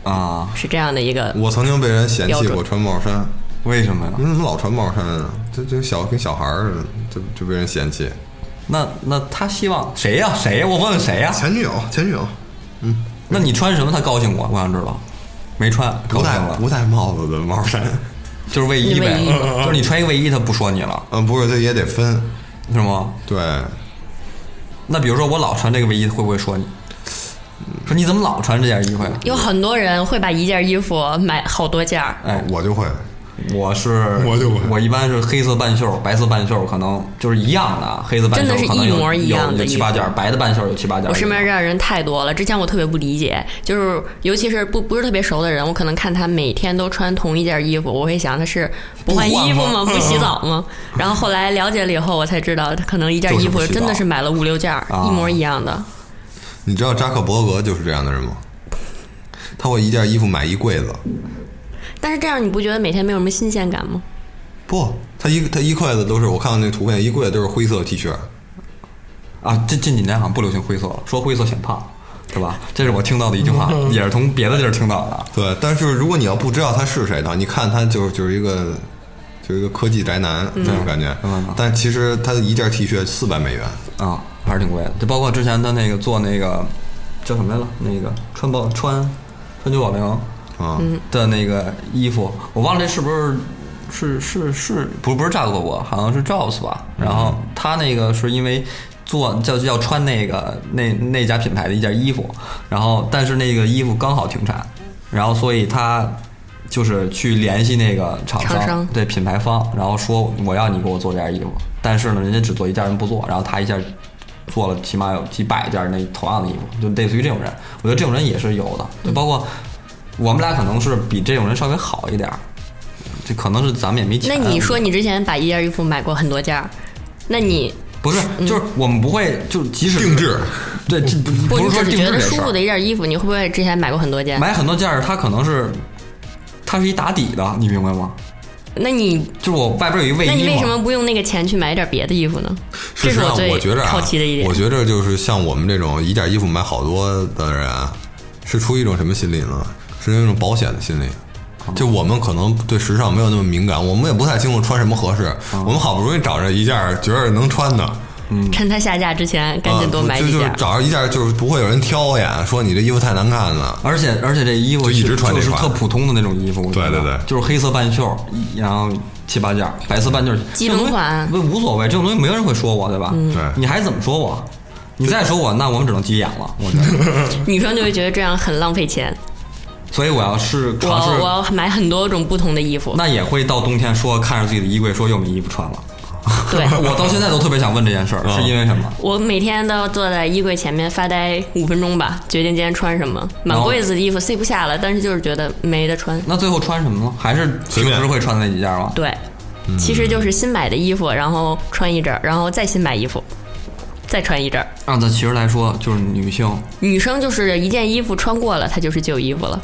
Speaker 5: 啊？
Speaker 6: 是这样的一个。
Speaker 4: 我曾经被人嫌
Speaker 6: 标
Speaker 4: 弃
Speaker 6: 准
Speaker 4: 我穿帽衫，
Speaker 5: 为什么呀
Speaker 4: 你？怎么老穿帽衫啊？这这小跟小孩儿似的，就就被人嫌弃。
Speaker 5: 那那他希望谁呀、谁呀、我问问谁呀、
Speaker 4: 前女友，前女友
Speaker 5: 那你穿什么他高兴过？我想知道。没穿，高
Speaker 4: 不
Speaker 5: 兴
Speaker 4: 戴
Speaker 5: 了，
Speaker 4: 不戴帽子的帽衫，
Speaker 5: 就是卫衣呗
Speaker 6: 卫衣。
Speaker 5: [LAUGHS] 就是你穿一个卫衣，他不说你了，
Speaker 4: 嗯，不是，这也得分。
Speaker 5: 是吗？
Speaker 4: 对，
Speaker 5: 那比如说我老穿这个卫衣，会不会说你？说你怎么老穿这件衣服呀？
Speaker 6: 有很多人会把一件衣服买好多件儿，
Speaker 5: 哎，
Speaker 4: 我就会，
Speaker 5: 我是
Speaker 4: 我就
Speaker 5: 我一般是黑色半袖、白色半袖，可能就是一样的啊。黑色半
Speaker 6: 真的
Speaker 5: 袖
Speaker 6: 是
Speaker 5: 可能有
Speaker 6: 一模一样的
Speaker 5: 有有
Speaker 6: 衣
Speaker 5: 七
Speaker 6: 服
Speaker 5: 八件儿，白的半袖有七八件儿。
Speaker 6: 我身边这样人太多了。之前我特别不理解，就是尤其是不不是特别熟的人，我可能看他每天都穿同一件衣服，我会想他是不换衣服吗？
Speaker 5: 不换吗嗯
Speaker 6: 不洗澡吗？然后后来了解了以后，我才知道他可能一件衣服
Speaker 5: 就是不洗澡
Speaker 6: 真的是买了五六件儿，
Speaker 5: 啊
Speaker 6: 一模一样的。
Speaker 4: 你知道扎克伯格就是这样的人吗？他会一件衣服买一柜子，
Speaker 6: 但是这样你不觉得每天没有什么新鲜感吗？
Speaker 4: 不，他一他一柜子都是，我看到那图片，一柜子都是灰色 T 恤，
Speaker 5: 啊，这近几年好像不流行灰色了，说灰色显胖，是吧？这是我听到的一
Speaker 4: [LAUGHS]
Speaker 5: 句话，也是从别的地儿听到的。
Speaker 4: 对，但是如果你要不知道他是谁的话，你看他就是就是一个就是一个科技宅男那种感觉，
Speaker 5: 嗯
Speaker 4: 但其实他一件 T 恤四百美元，
Speaker 5: 啊，还是挺贵的。就包括之前他那个做那个叫什么来了，那个穿保穿穿九保玲
Speaker 4: 啊，
Speaker 5: 的那个衣服，我忘了这是不是是是是不是不是扎克伯伯，好像是 Jobs 吧。然后他那个是因为。做叫要穿那个那那家品牌的一件衣服，然后但是那个衣服刚好停产，然后所以他就是去联系那个厂
Speaker 6: 厂商
Speaker 5: 对品牌方，然后说我要你给我做这件衣服，但是呢，人家只做一件，人不做，然后他一下做了起码有几百件那同样的衣服，就类似于这种人，我觉得这种人也是有的，
Speaker 6: 嗯
Speaker 5: 就包括我们俩可能是比这种人稍微好一点儿，这可能是咱们也没钱。啊
Speaker 6: 那你说你之前把一件衣服买过很多件儿，那你
Speaker 5: 不是，
Speaker 6: 嗯
Speaker 5: 就是我们不会，就即使
Speaker 4: 定制，
Speaker 5: [LAUGHS] 对，这不
Speaker 6: 不
Speaker 5: 不
Speaker 6: 你
Speaker 5: 是说
Speaker 6: 只是
Speaker 5: 定
Speaker 6: 觉
Speaker 5: 制
Speaker 6: 得
Speaker 5: 这
Speaker 6: 舒
Speaker 5: 事
Speaker 6: 服
Speaker 5: 儿
Speaker 6: 的一件衣服，你会不会之前买过很多件？
Speaker 5: 买很多件儿，它可能是它是一打底的，你明白吗？
Speaker 6: 那你
Speaker 5: 就是我外边有一卫衣
Speaker 6: 那
Speaker 5: 嘛，
Speaker 6: 你为什么不用那个钱去买一点别的衣服呢？
Speaker 4: 事
Speaker 6: 这
Speaker 4: 实
Speaker 6: 是
Speaker 4: 上，
Speaker 6: 最
Speaker 4: 觉着啊，
Speaker 6: 好奇的一点。
Speaker 4: 我觉着就是像我们这种一件衣服买好多的人啊，是出于一种什么心理呢？是一种保险的心理。
Speaker 6: 哦
Speaker 4: 就我们可能对时尚没有那么敏感，我们也不太清楚穿什么合适。
Speaker 6: 哦
Speaker 4: 我们好不容易找着一件觉着能穿的，
Speaker 6: 趁它下架之前，赶
Speaker 5: 啊
Speaker 6: 紧多买
Speaker 4: 嗯
Speaker 6: 几
Speaker 4: 就就是
Speaker 6: 件。
Speaker 4: 找着一件就是不会有人挑呀，说你这衣服太难看了。
Speaker 5: 而且而且这衣服
Speaker 4: 就一直穿这
Speaker 5: 就是
Speaker 4: 款
Speaker 5: 特普通的那种衣服，我觉得
Speaker 4: 对对对
Speaker 5: 就是黑色半袖，一然后七八件儿，白色半袖，
Speaker 6: 基本款嗯
Speaker 5: 这种东西无所谓，这种东西没有人会说我，对吧？
Speaker 4: 对
Speaker 5: 你还怎么说我？你再说我，那我们只能急眼了，我觉得。
Speaker 4: [LAUGHS]
Speaker 6: 女生就会觉得这样很浪费钱。
Speaker 5: 所以我要是
Speaker 6: 我
Speaker 5: 尝
Speaker 6: 我
Speaker 5: 试，
Speaker 6: 要买很多种不同的衣服。
Speaker 5: 那也会到冬天说看着自己的衣柜说又没衣服穿了。
Speaker 6: 对，
Speaker 5: [LAUGHS] 我到现在都特别想问这件事
Speaker 4: 嗯
Speaker 5: 儿，是因为什么？
Speaker 6: [LAUGHS] 我每天都要坐在衣柜前面发呆五分钟吧，决定今天穿什么。满
Speaker 5: 然后
Speaker 6: 柜子的衣服塞不下了，但是就是觉得没得穿。
Speaker 5: 那最后穿什么呢？还是
Speaker 4: 随
Speaker 5: 平
Speaker 4: 便
Speaker 5: 时会穿的那几件吗？
Speaker 6: 对，
Speaker 5: 嗯
Speaker 6: 其实就是新买的衣服，然后穿一阵儿，然后再新买衣服，再穿一阵儿。
Speaker 5: 啊，那其实来说就是女性，
Speaker 6: 女生就是一件衣服穿过了，她就是旧衣服了。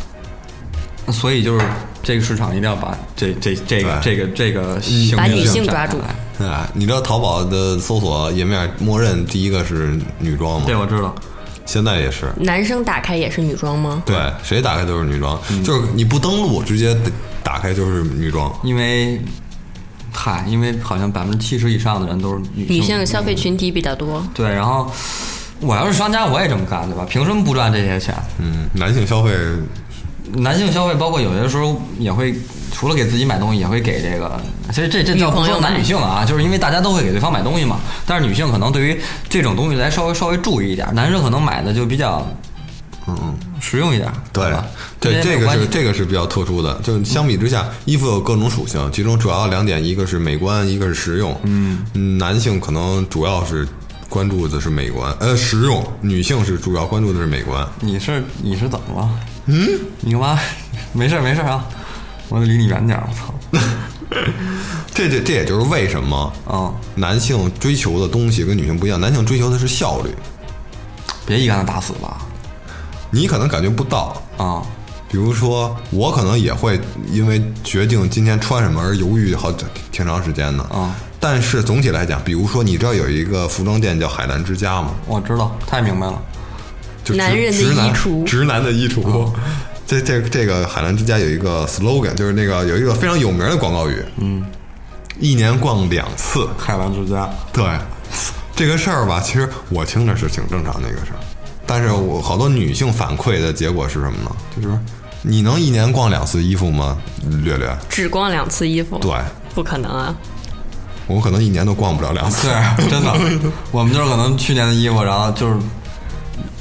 Speaker 5: 所以就是这个市场一定要把这这这个这个这个性
Speaker 6: 把
Speaker 5: 别
Speaker 6: 女
Speaker 5: 上
Speaker 6: 性
Speaker 5: 站
Speaker 6: 抓住
Speaker 5: 出来
Speaker 4: 啊哎，你知道淘宝的搜索页面默认第一个是女装吗？
Speaker 5: 对，我知道。
Speaker 4: 现在也是，
Speaker 6: 男生打开也是女装吗？
Speaker 4: 对，嗯谁打开都是女装，就是你不登录直接打开就是女装。
Speaker 5: 因为，嗨，因为好像百分之七十以上的人都是女
Speaker 6: 女性消费群体比较多，
Speaker 5: 对，然后我要是商家，我也这么干，对吧？凭什么不赚这些钱？
Speaker 4: 嗯，男性消费
Speaker 5: 男性消费，包括有些时候也会，除了给自己买东西，也会给这个，其实这这叫不
Speaker 6: 女朋
Speaker 5: 说
Speaker 6: 友买
Speaker 5: 男女性啊，就是因为大家都会给对方买东西嘛。但是女性可能对于这种东西来稍微稍微注意一点，男生可能买的就比较，嗯，实用一点，
Speaker 4: 对
Speaker 5: 吧？
Speaker 4: 对，
Speaker 5: 这
Speaker 4: 这个嗯是
Speaker 5: 这
Speaker 4: 这个是比较特殊的。就相比之下，衣服有各种属性，其中主要两点，一个是美观，一个是实用。嗯，男性可能主要是关注的是美观，呃，实用；女性是主要关注的是美观。
Speaker 5: 你是你是怎么了？嗯，你干嘛？没事儿没事儿啊，我得离你远点儿，我操！
Speaker 4: 这这这也就是为什么
Speaker 5: 嗯，
Speaker 4: 男性追求的东西跟女性不一样，男性追求的是效率，
Speaker 5: 别一竿子打死吧，
Speaker 4: 你可能感觉不到。
Speaker 5: 啊、
Speaker 4: 比如说，我可能也会因为决定今天穿什么而犹豫好挺挺长时间呢。
Speaker 5: 嗯
Speaker 4: 但是总体来讲，比如说你知道有一个服装店叫海澜之家吗？
Speaker 5: 我知道，太明白了。
Speaker 4: 就直
Speaker 6: 男人的
Speaker 4: 直男
Speaker 6: 衣橱
Speaker 4: 直男的衣橱。这这这个海澜之家有一个 slogan，就是那个有一个非常有名的广告语，嗯，一年逛两次。
Speaker 5: 海澜之家，
Speaker 4: 对，这个事儿吧，其实我听着是挺正常的一个事儿，但是我好多女性反馈的结果是什么呢？就是说你能一年逛两次衣服吗？略略，
Speaker 6: 只逛两次衣服，
Speaker 4: 对
Speaker 6: 不可能啊！
Speaker 4: 我可能一年都逛不了两次。
Speaker 5: 对，真
Speaker 4: [LAUGHS]
Speaker 5: 的，我们就是可能去年的衣服，然后就是，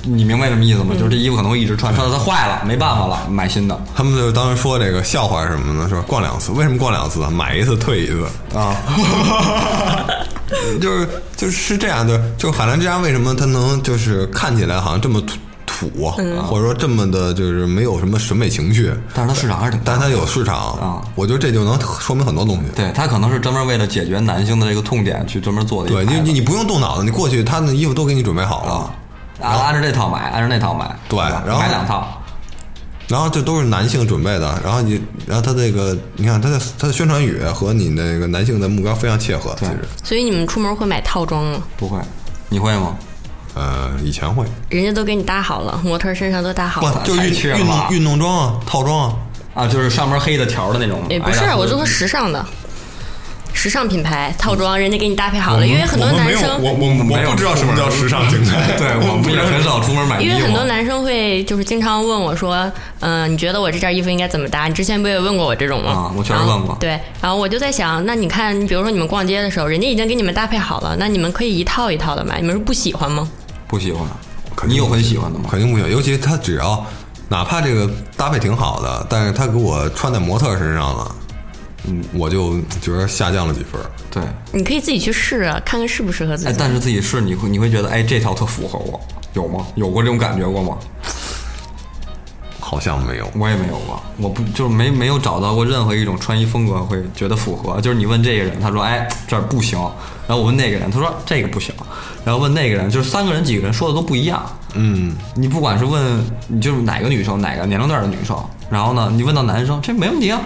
Speaker 5: 你明白什么意思
Speaker 4: 嗯
Speaker 5: 吗？就是这衣服可能会一直穿，穿到它坏了，没办法了，买新的
Speaker 4: 他们就当时说这个笑话是什么呢？说逛两次，为什么逛两次啊？买一次退一次。
Speaker 5: 啊。
Speaker 4: [LAUGHS] 就是就是这样的，就是海澜之家为什么它能就是看起来好像这么土土，或者说这么的就是没有什么审美情趣，
Speaker 5: 但是它市场还是挺大
Speaker 4: 但它有市场
Speaker 5: 啊
Speaker 4: 我觉得这就能说明很多东西。
Speaker 5: 对，它可能是专门为了解决男性的这个痛点去专门做的一
Speaker 4: 对，
Speaker 5: 个
Speaker 4: 你
Speaker 5: 牌子。
Speaker 4: 你你不用动脑子，你过去他的衣服都给你准备好了
Speaker 5: 啊，，按按照这套买，按照那套买，
Speaker 4: 对
Speaker 5: 吧
Speaker 4: 然后
Speaker 5: 买两套，
Speaker 4: 然后这都是男性准备的，然后你，然后他这个，你看他的他的宣传语和你那个男性的目标非常切合，其
Speaker 5: 对
Speaker 4: 实，
Speaker 6: 所以你们出门会买套装吗？
Speaker 5: 不会，你会吗？
Speaker 4: 呃，以前会，
Speaker 6: 人家都给你搭好了，模特儿身上都搭好
Speaker 4: 不
Speaker 6: 了。
Speaker 4: 就是
Speaker 5: 太缺
Speaker 4: 运
Speaker 5: 了
Speaker 4: 运
Speaker 5: 吧
Speaker 4: 动运动装啊，套装啊，
Speaker 5: 啊，就是上面黑的条儿的那种。
Speaker 6: 也不是啊
Speaker 5: 哎，呀
Speaker 6: 我就说时尚的，时尚品牌套装，人家给你搭配好了，因为很
Speaker 4: 嗯
Speaker 6: 多
Speaker 4: 我们没
Speaker 6: 男
Speaker 4: 有啊
Speaker 6: 生，
Speaker 4: 我我我
Speaker 5: 没有
Speaker 4: 不知道什么叫时尚精材，
Speaker 5: [LAUGHS] 对我们也很少出门买衣
Speaker 6: 因
Speaker 5: 服，
Speaker 6: 为很多男生会就是经常问我说，嗯、你觉得我这件衣服应该怎么搭？你之前不也问过我这种吗？
Speaker 5: 啊我确实
Speaker 6: 然后
Speaker 5: 问过
Speaker 6: 对，然后我就在想，那你看，比如说你们逛街的时候，人家已经给你们搭配好了，那你们可以一套一套的买，你们是不喜欢吗？
Speaker 5: 不喜欢。
Speaker 4: 肯定不
Speaker 5: 你有很喜欢的吗？
Speaker 4: 肯定不行，尤其他只要哪怕这个搭配挺好的，但是他给我穿在模特身上了，嗯，我就觉得下降了几分儿。
Speaker 5: 对，
Speaker 6: 你可以自己去试啊，看看适不适合自己。
Speaker 5: 哎，但是自己试你会你会觉得，哎，这条特符合我，有吗？有过这种感觉过吗？
Speaker 4: 好像没有，
Speaker 5: 我也没有过，我不就是没没有找到过任何一种穿衣风格会觉得符合。就是你问这个人，他说哎这儿不行，然后我问那个人，他说这个不行，然后问那个人，就是三个人几个人说的都不一样。嗯，你不管是问你就是哪个女生哪个年龄段的女生，然后呢你问到男生，这没问题啊，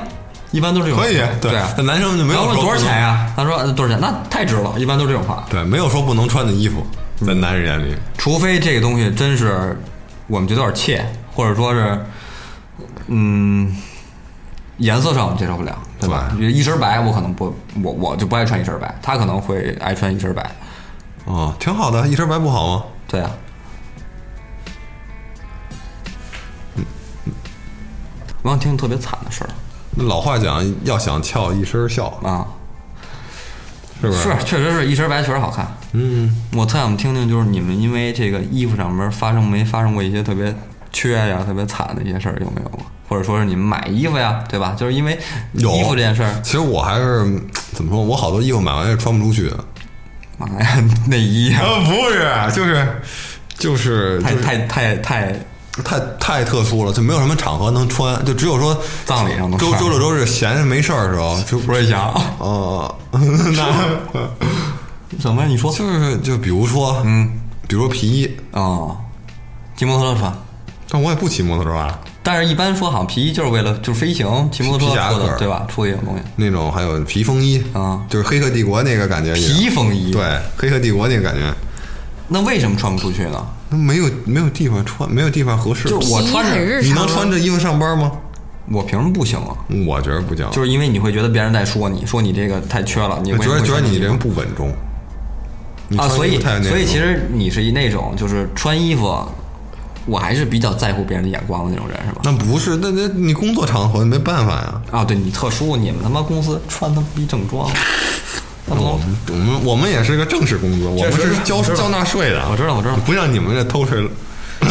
Speaker 5: 一般都是这种
Speaker 4: 可以
Speaker 5: 对啊，
Speaker 4: 那男生就没有
Speaker 5: 然后问
Speaker 4: 说
Speaker 5: 多少
Speaker 4: 不
Speaker 5: 钱呀、他说呃多少钱，那太值了，一般都是这种话。
Speaker 4: 对，没有说不能穿的衣服，在男人眼里，
Speaker 5: 除非这个东西真是我们觉得有点怯，或者说是，嗯，颜色上我们接受不了，对吧？一身白我可能不，我我就不爱穿一身白，他可能会爱穿一身白，
Speaker 4: 哦，挺好的，一身白不好吗？
Speaker 5: 对啊。我想听特别惨的事儿
Speaker 4: 老话讲，要想翘一身笑，
Speaker 5: 啊，
Speaker 4: 是不
Speaker 5: 是确实是一身白确实好看。
Speaker 4: 嗯，
Speaker 5: 我特想听听，就是你们因为这个衣服上面发生没发生过一些特别缺呀、特别惨的一些事儿，有没有过？或者说是你们买衣服呀，对吧？就是因为
Speaker 4: 有
Speaker 5: 衣服这件事儿，
Speaker 4: 其实我还是怎么说，我好多衣服买完是穿不出去的。啊
Speaker 5: 妈呀， [LAUGHS] 内衣呀，
Speaker 4: 呃，不是，就是就是
Speaker 5: 太
Speaker 4: 就是
Speaker 5: 太太太
Speaker 4: 太太特殊了，就没有什么场合能穿，就只有说
Speaker 5: 葬礼上能
Speaker 4: 周
Speaker 5: 穿
Speaker 4: 周六周日闲着没事儿的时候，就
Speaker 5: 不是想
Speaker 4: [LAUGHS] 哦，那
Speaker 5: 什么呀？你说
Speaker 4: 就是就比如说，嗯，比如说皮衣，
Speaker 5: 哦，骑摩托车穿，
Speaker 4: 但我也不骑摩托车啊，
Speaker 5: 但是一般说好像皮衣就是为了就是飞行，骑摩托
Speaker 4: 皮
Speaker 5: 车
Speaker 4: 夹
Speaker 5: 出
Speaker 4: 克
Speaker 5: 的，对吧？出的一种东西，
Speaker 4: 那种还有皮风衣
Speaker 5: 啊
Speaker 4: 就是《黑哎客帝国》那个感觉一样，
Speaker 5: 皮风衣。
Speaker 4: 对，《黑客帝国》那个感觉，
Speaker 5: 那为什么穿不出去呢？
Speaker 4: 那没有没有地方穿，没有地方合适。
Speaker 5: 就是我
Speaker 6: 皮衣
Speaker 5: 穿
Speaker 6: 很
Speaker 5: 着，
Speaker 6: 日常，啊
Speaker 4: 你能穿这衣服上班吗？
Speaker 5: 我凭什么不行啊？
Speaker 4: 我觉得不叫，
Speaker 5: 就是因为你会觉得别人在说你，说你这个太缺了，你
Speaker 4: 我
Speaker 5: 为什
Speaker 4: 觉
Speaker 5: 么
Speaker 4: 得
Speaker 5: 会
Speaker 4: 觉得
Speaker 5: 穿
Speaker 4: 你
Speaker 5: 这
Speaker 4: 这
Speaker 5: 个
Speaker 4: 人不稳重。你
Speaker 5: 啊，
Speaker 4: 穿
Speaker 5: 所
Speaker 4: 衣
Speaker 5: 以
Speaker 4: 服太有那
Speaker 5: 所以
Speaker 4: 种
Speaker 5: 其实你是一那种就是穿衣服，我还是比较在乎别人的眼光的那种人，是吧？
Speaker 4: 那不是，那那你工作场合没办法呀。
Speaker 5: 啊，对你特殊，你们他妈公司穿他妈逼
Speaker 4: [LAUGHS]
Speaker 5: 正装，那不
Speaker 4: 我
Speaker 5: 能。
Speaker 4: 们我们我们也是个正式工作，我
Speaker 5: 确
Speaker 4: 们
Speaker 5: 实
Speaker 4: 是
Speaker 5: 是
Speaker 4: 交
Speaker 5: 我知道
Speaker 4: 交纳税的，
Speaker 5: 我知道我知道
Speaker 4: 不像你们这偷税了。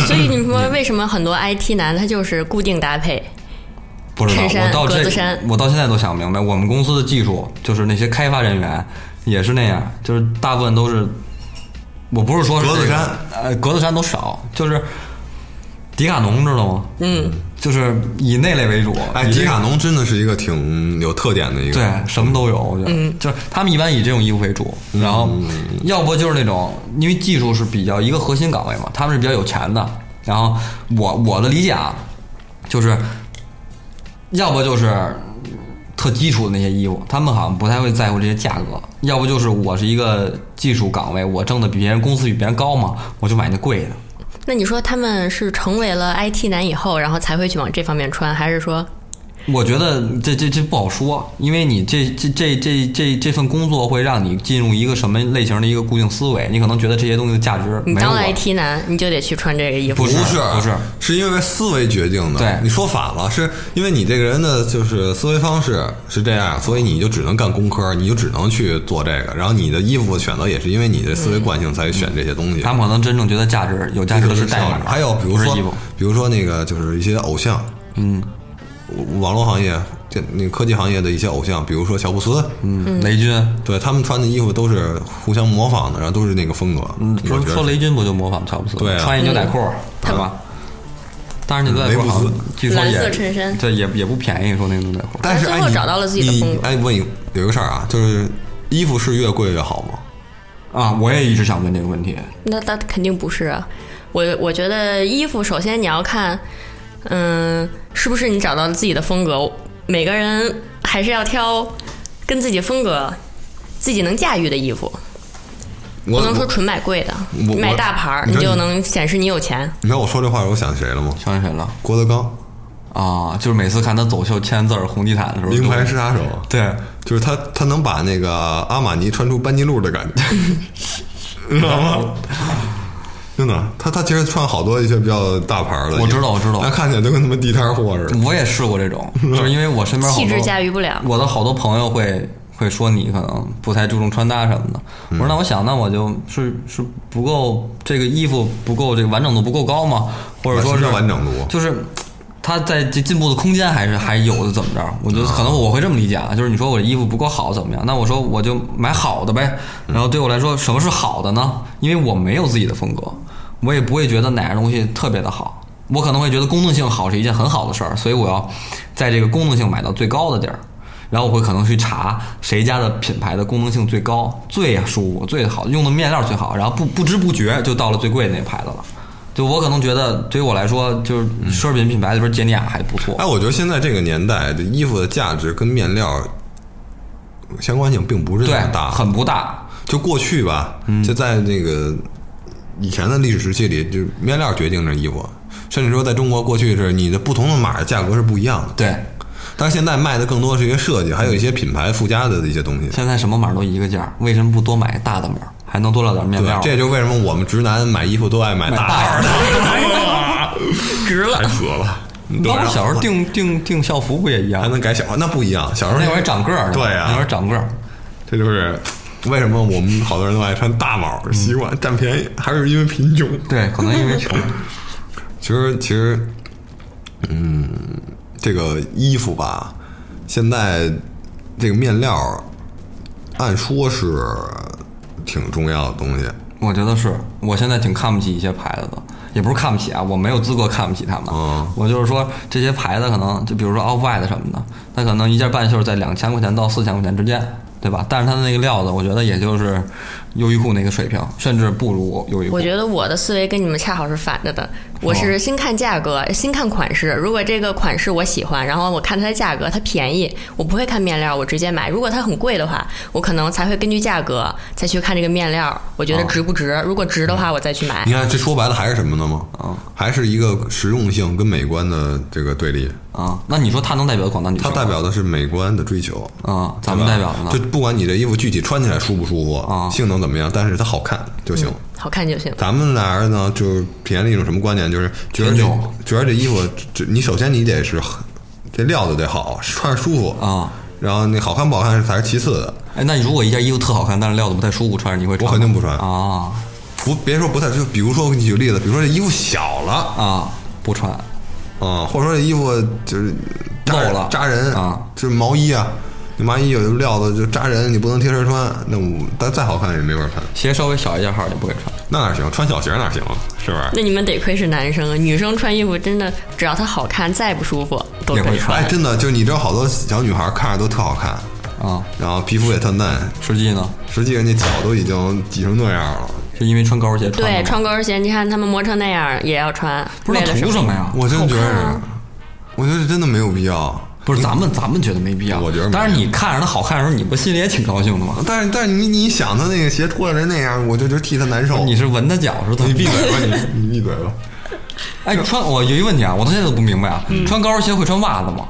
Speaker 6: 所以你
Speaker 4: 嗯
Speaker 6: 说为什么很多 IT 男他就是固定搭配？
Speaker 5: 不知道，
Speaker 6: 衬衫
Speaker 5: 我到
Speaker 6: 格
Speaker 5: 这
Speaker 6: 子衫，
Speaker 5: 我到现在都想不明白，我们公司的技术就是那些开发人员也是那样，就是大部分都是，我不是说是
Speaker 4: 格子
Speaker 5: 这个
Speaker 4: 衫，
Speaker 5: 呃，格子衫都少，就是迪卡侬知道吗？嗯，就是以那类为主。
Speaker 4: 哎，
Speaker 5: 以
Speaker 4: 迪
Speaker 5: 这个
Speaker 4: 卡侬真的是一个挺有特点的一个，嗯
Speaker 5: 对，什么都有，我觉得，就是他们一般以这种衣服为主，然后
Speaker 4: 嗯
Speaker 5: 要不就是那种，因为技术是比较一个核心岗位嘛，他们是比较有钱的。然后我我的理解啊，就是要不就是特基础的那些衣服，他们好像不太会在乎这些价格；要不就是我是一个技术岗位，我挣的比别人工资比别人高嘛，我就买那贵的。
Speaker 6: 那你说他们是成为了 IT 男以后，然后才会去往这方面穿，还是说
Speaker 5: 我觉得这这这不好说，因为你这这这这这这份工作会让你进入一个什么类型的一个固定思维，你可能觉得这些东西的价值
Speaker 6: 你
Speaker 5: 没有
Speaker 6: 当
Speaker 5: 我
Speaker 6: 了 IT 男你就得去穿这个衣
Speaker 5: 不
Speaker 6: 服？
Speaker 4: 啊不是
Speaker 5: 不是
Speaker 4: 是因为思维决定的。
Speaker 5: 对
Speaker 4: 你说反了，是因为你这个人的就是思维方式是这样，所以你就只能干工科，你就只能去做这个。然后你的衣服选择也是因为你的思维惯性才选这些东西。
Speaker 5: 嗯他们可能真正觉得价值有价值的是代码，
Speaker 4: 还有比如
Speaker 5: 不是
Speaker 4: 说
Speaker 5: 衣服，
Speaker 4: 比如说那个就是一些偶像，
Speaker 5: 嗯
Speaker 4: 网络行业、这那个科技行业的一些偶像，比如说乔布斯，
Speaker 5: 嗯，雷军，
Speaker 4: 对他们穿的衣服都是互相模仿的，然后都是那个风格。
Speaker 5: 嗯，
Speaker 4: 我
Speaker 5: 说
Speaker 4: 觉得
Speaker 5: 说雷军不就模仿乔布斯吗，
Speaker 4: 对啊嗯
Speaker 5: 穿一牛仔裤，对吧？但是那牛仔裤好
Speaker 4: 雷
Speaker 5: 像
Speaker 4: 布斯
Speaker 5: 据说也
Speaker 6: 嗯蓝色衬衫
Speaker 5: 对，也也不便宜，说那牛仔裤。
Speaker 4: 但是
Speaker 6: 他最
Speaker 4: 哎
Speaker 6: 后
Speaker 4: 你
Speaker 6: 找到了自己的
Speaker 4: 你
Speaker 6: 风格
Speaker 4: 哎，问一有一个事儿啊，就是衣服是越贵越好吗？
Speaker 5: 啊，我也一直想问这个问题，
Speaker 6: 那那肯定不是啊！我我觉得衣服首先你要看，嗯，是不是你找到了自己的风格？每个人还是要挑跟自己风格、自己能驾驭的衣服，
Speaker 4: 我
Speaker 6: 不能说纯买贵的
Speaker 4: 我，
Speaker 6: 买大牌儿
Speaker 4: 你
Speaker 6: 你
Speaker 4: 说
Speaker 6: 就
Speaker 4: 你
Speaker 6: 能显示你有钱。
Speaker 4: 你知道我说这话时候我想起谁了吗？
Speaker 5: 想起谁了？
Speaker 4: 郭德纲，
Speaker 5: 啊，就是每次看他走秀签字儿、红地毯的时候，
Speaker 4: 名牌
Speaker 5: 都
Speaker 4: 是杀手，啊
Speaker 5: 对。
Speaker 4: 就是他，他能把那个阿玛尼穿出班尼路的
Speaker 5: [LAUGHS]
Speaker 4: 感觉，知道吗？真的，他他其实穿好多一些比较大牌儿的衣服，
Speaker 5: 我知道我知道
Speaker 4: 但看起来都跟他妈地摊货似的。
Speaker 5: 我也试过这种，就是因为我身边好多
Speaker 6: 气质驾驭不了
Speaker 5: 我的好多朋友会会说你可能不太注重穿搭什么的。我说那我想，那我就是是不够这个衣服不够这个完整度不够高吗？或者说
Speaker 4: 什
Speaker 5: 是
Speaker 4: 么叫完整度
Speaker 5: 就是。它在这进步的空间还是还有的，怎么着？我觉得可能我会这么理解啊，就是你说我的衣服不够好怎么样？那我说我就买好的呗。然后对我来说，什么是好的呢？因为我没有自己的风格，我也不会觉得哪样东西特别的好。我可能会觉得功能性好是一件很好的事儿，所以我要在这个功能性买到最高的地儿。然后我会可能去查谁家的品牌的功能性最高、最舒服、最好，用的面料最好，然后不不知不觉就到了最贵的那牌子了。就我可能觉得，对于我来说，就是奢侈品品牌里边杰尼亚还不错
Speaker 4: 嗯哎，。我觉得现在这个年代的衣服的价值跟面料相关性并不是
Speaker 5: 对
Speaker 4: 那么，大，
Speaker 5: 很不嗯大。
Speaker 4: 就过去吧，就在那个以前的历史时期里，就是面料决定着衣服，甚至说在中国过去是你的不同的码价格是不一样的。
Speaker 5: 对，
Speaker 4: 但是现在卖的更多是一个设计，还有一些品牌附加的一些东西。
Speaker 5: 现在什么码都一个价儿，为什么不多买个大的码儿，还能多要点面料
Speaker 4: 对
Speaker 5: 儿？，
Speaker 4: 这就为什么我们直男买衣服都爱买
Speaker 5: 买
Speaker 4: 大
Speaker 5: 大
Speaker 4: 号
Speaker 5: 码
Speaker 4: 的，
Speaker 6: 值了
Speaker 4: 太扯了。都
Speaker 5: 当
Speaker 4: 买
Speaker 5: 时小时候
Speaker 4: 大
Speaker 5: 订订订校服不也一样
Speaker 4: 还？能改小号，那不一样。小时候
Speaker 5: 那会儿长个儿呢，
Speaker 4: 对
Speaker 5: 那会儿
Speaker 4: 啊，
Speaker 5: 长个儿。
Speaker 4: 这就是为什么我们好多人都爱穿大码儿，习惯占便宜，还是因为贫穷。
Speaker 5: 对，可能因为穷。
Speaker 4: 其实，其实，嗯，这个衣服吧，现在这个面料儿，按说是挺重要的东西。
Speaker 5: 我觉得是，我现在挺看不起一些牌子的，也不是看不起啊，我没有资格看不起他们。
Speaker 4: 嗯
Speaker 5: 我就是说这些牌子可能就比如说 Off White 什么的，它可能一件半袖在两千块钱到四千块钱之间，对吧？但是它的那个料子，我觉得也就是优衣库那个水平，甚至不如优衣库
Speaker 6: 我。觉得我的思维跟你们恰好是反着的，我
Speaker 5: 哦
Speaker 6: 是先看价格，先看款式。如果这个款式我喜欢，然后我看它的价格，它便宜，我不会看面料，我直接买。如果它很贵的话，我可能才会根据价格再去看这个面料，我觉得
Speaker 5: 哦
Speaker 6: 值不值。如果值的话，我再去买
Speaker 5: 嗯
Speaker 4: 你。看，这说白了还是什么呢吗？啊，还是一个实用性跟美观的这个对立。
Speaker 5: 啊，那你说它能代表广大女
Speaker 4: 它
Speaker 5: 性吗？
Speaker 4: 代表的是美观的追求，
Speaker 5: 啊，咱们代表的呢
Speaker 4: 就？不管你这衣服具体穿起来舒不舒服，
Speaker 5: 啊嗯
Speaker 4: 性能怎么样，但是它好看就行。
Speaker 6: 好看就行。
Speaker 4: 咱们俩人呢，就是体验了一种什么观点，就是觉得这
Speaker 5: 贫穷
Speaker 4: 觉得这衣服，这你首先你得是这料子得好，穿着舒服
Speaker 5: 啊，
Speaker 4: 然后那好看不好看才是其次的。
Speaker 5: 哎，那如果一件衣服特好看，但是料子不太舒服，穿着你会穿
Speaker 4: 我
Speaker 5: 吗？
Speaker 4: 肯定不穿
Speaker 5: 啊
Speaker 4: 不，别说不太，就比如说我给你举个例子，比如说这衣服小了，
Speaker 5: 啊，不穿
Speaker 4: 嗯，或者说这衣服就是扎
Speaker 5: 漏了
Speaker 4: 扎人
Speaker 5: 啊，
Speaker 4: 就是毛衣啊，你毛衣有的料子就扎人，你不能贴身穿，那我但再好看也没法穿，
Speaker 5: 鞋稍微小一件号也不会穿。
Speaker 4: 那哪行？穿小鞋哪行？啊是不是？
Speaker 6: 那你们得亏是男生，啊，女生穿衣服真的，只要它好看，再不舒服都
Speaker 5: 也
Speaker 6: 可
Speaker 5: 会
Speaker 6: 以
Speaker 5: 穿
Speaker 4: 哎，真的，就你知道，好多小女孩看着都特好看，
Speaker 5: 啊，
Speaker 4: 然后皮肤也特嫩，
Speaker 5: 实际呢，
Speaker 4: 实际人家脚都已经挤成那样了。
Speaker 5: 是因为穿高跟鞋穿的
Speaker 6: 对，
Speaker 5: 吗
Speaker 6: 穿高跟鞋，你看他们磨成那样也要穿，
Speaker 5: 不是
Speaker 6: 为
Speaker 5: 那
Speaker 6: 了什
Speaker 5: 图
Speaker 6: 么？
Speaker 5: 什么呀？
Speaker 4: 我真觉得是，我觉得真的没有必要。
Speaker 5: 不是咱们咱们觉得没必要，
Speaker 4: 我觉得没
Speaker 5: 但是你看着它好看的时候，你不心里也挺高兴的吗？
Speaker 4: 但是但是你你想她那个鞋脱下来那样，我就觉得替她难受。
Speaker 5: 你是闻它脚是怎
Speaker 4: 哦
Speaker 5: 么？
Speaker 4: 你闭嘴吧， [LAUGHS] 你你闭嘴吧。
Speaker 5: 哎，穿我有一问题啊，我到现在都不明白啊，
Speaker 6: 嗯
Speaker 5: 穿高跟鞋会穿袜子吗？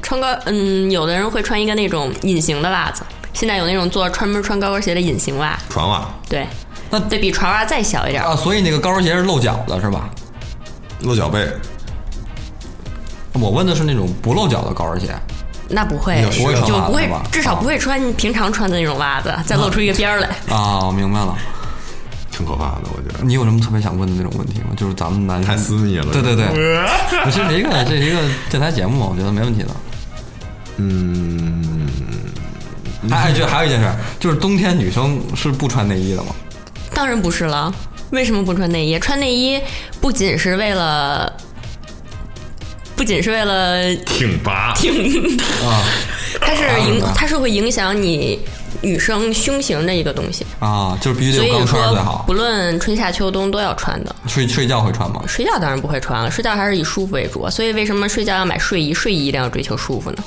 Speaker 6: 穿高，嗯，有的人会穿一个那种隐形的袜子，现在有那种做专门穿高跟鞋的隐形袜，
Speaker 4: 船袜
Speaker 6: 对，
Speaker 5: 那
Speaker 6: 得比船袜再小
Speaker 4: 嗯
Speaker 6: 一点。
Speaker 5: 啊，所以那个高跟鞋是露脚的是吧？
Speaker 4: 露脚背，
Speaker 5: 我问的是那种不露脚的高跟鞋，
Speaker 6: 那不会
Speaker 5: 有，有
Speaker 6: 就
Speaker 5: 袜子
Speaker 6: 不会
Speaker 5: 吧，
Speaker 6: 至少不会穿你平常穿的那种袜子，再露出一个边儿来。
Speaker 5: 啊，我明白了。
Speaker 4: 挺可怕的，我觉得。
Speaker 5: 你有什么特别想问的那种问题吗？就是咱们男生
Speaker 4: 太私密了
Speaker 5: 对
Speaker 6: [LAUGHS]
Speaker 5: 对对，这是一个这是一个电台节目，我觉得没问题的。嗯，哎，就还有一件事儿，就是冬天女生是不穿内衣的嘛？
Speaker 6: 当然不是了，为什么不穿内衣？穿内衣不仅是为了，不仅是为了
Speaker 4: 挺拔，
Speaker 5: 啊
Speaker 6: 它是影
Speaker 5: 明白，
Speaker 6: 它是会影响你女生胸型的一个东西，
Speaker 5: 啊，就是必须
Speaker 6: 所
Speaker 5: 得有
Speaker 6: 以
Speaker 5: 钢圈儿最
Speaker 6: 说
Speaker 5: 好
Speaker 6: 不。论春夏秋冬都要穿的。
Speaker 5: 睡睡觉会穿吗？
Speaker 6: 睡觉当然不会穿了，睡觉还是以舒服为主。所以为什么睡觉要买睡衣？睡衣一定要追求舒服呢？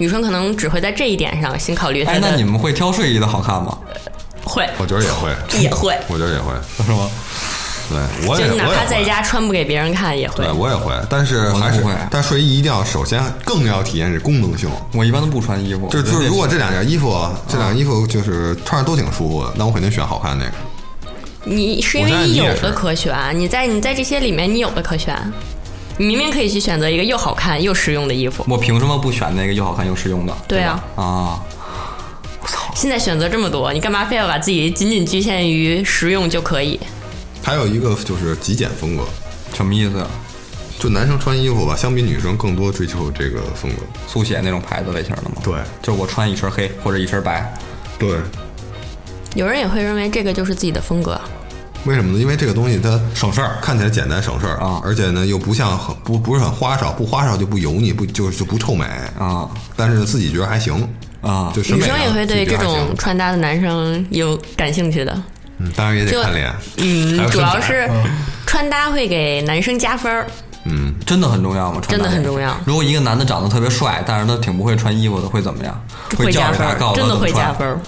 Speaker 6: 女生可能只会在这一点上先考虑她
Speaker 5: 哎，
Speaker 6: 的，
Speaker 5: 那你们会挑睡衣的好看吗？
Speaker 6: 会
Speaker 4: 我觉得也会，
Speaker 6: 也会，
Speaker 4: 我觉得也会。
Speaker 5: 是吗？
Speaker 4: 对，我也
Speaker 6: 就
Speaker 4: 我也
Speaker 6: 哪怕在
Speaker 4: 会。
Speaker 6: 家穿不给别人看也会
Speaker 4: 对，。我也会，但是还是
Speaker 5: 我不会，
Speaker 4: 但睡衣一定要首先更要体验是功能性。
Speaker 5: 我一般都不穿衣服，
Speaker 4: 就
Speaker 5: 我觉得
Speaker 4: 就是，
Speaker 5: 这
Speaker 4: 如果这两件衣服，这两件衣服就是穿着都挺舒服的，那我肯定选好看那个。
Speaker 6: 你是因为
Speaker 4: 我觉得
Speaker 6: 你
Speaker 4: 你
Speaker 6: 有
Speaker 4: 也
Speaker 6: 的
Speaker 4: 是
Speaker 6: 可选，啊你在你在这些里面你有的可选，你明明可以去选择一个又好看又实用的衣服。
Speaker 4: 嗯
Speaker 5: 我凭什么不选那个又好看又实用的？
Speaker 6: 对啊
Speaker 5: 吧啊，
Speaker 6: 现在选择这么多，你干嘛非要把自己仅仅局限于实用就可以？
Speaker 4: 还有一个就是极简风格，
Speaker 5: 什么意思呀？
Speaker 4: 就男生穿衣服吧，相比女生更多追求这个风格。
Speaker 5: 速写那种牌子类型的吗？
Speaker 4: 对
Speaker 5: 就是我穿一身黑或者一身白，
Speaker 4: 对，
Speaker 6: 有人也会认为这个就是自己的风格。
Speaker 4: 为什么呢？因为这个东西它
Speaker 5: 省事儿。
Speaker 4: 看起来简单省事儿
Speaker 5: 啊
Speaker 4: 而且呢又不像很不不是很花哨，不花哨就不油腻，不就就不臭美
Speaker 5: 啊。
Speaker 4: 但是自己觉得还行
Speaker 5: 啊
Speaker 4: 就审
Speaker 6: 女
Speaker 4: 美
Speaker 6: 生
Speaker 4: 上
Speaker 6: 也会
Speaker 4: 自
Speaker 6: 对这
Speaker 4: 己觉得还
Speaker 6: 种
Speaker 4: 行
Speaker 6: 穿搭的男生有感兴趣的。
Speaker 4: 嗯，当然也
Speaker 6: 就
Speaker 4: 得看脸，还
Speaker 6: 嗯，
Speaker 4: 有
Speaker 6: 主
Speaker 4: 身材
Speaker 6: 要是穿搭会给男生加分儿，
Speaker 5: 真的很重要吗？穿搭
Speaker 6: 真的很重要
Speaker 5: 如果一个男的长得特别帅，但是他挺不会穿衣服的，会怎么样？
Speaker 6: 会
Speaker 5: 教
Speaker 6: 加
Speaker 5: 育
Speaker 6: 分
Speaker 5: 他，
Speaker 6: 儿
Speaker 5: 告，诉他怎
Speaker 6: 真的
Speaker 5: 么
Speaker 6: 会加
Speaker 5: 穿。
Speaker 6: 分儿。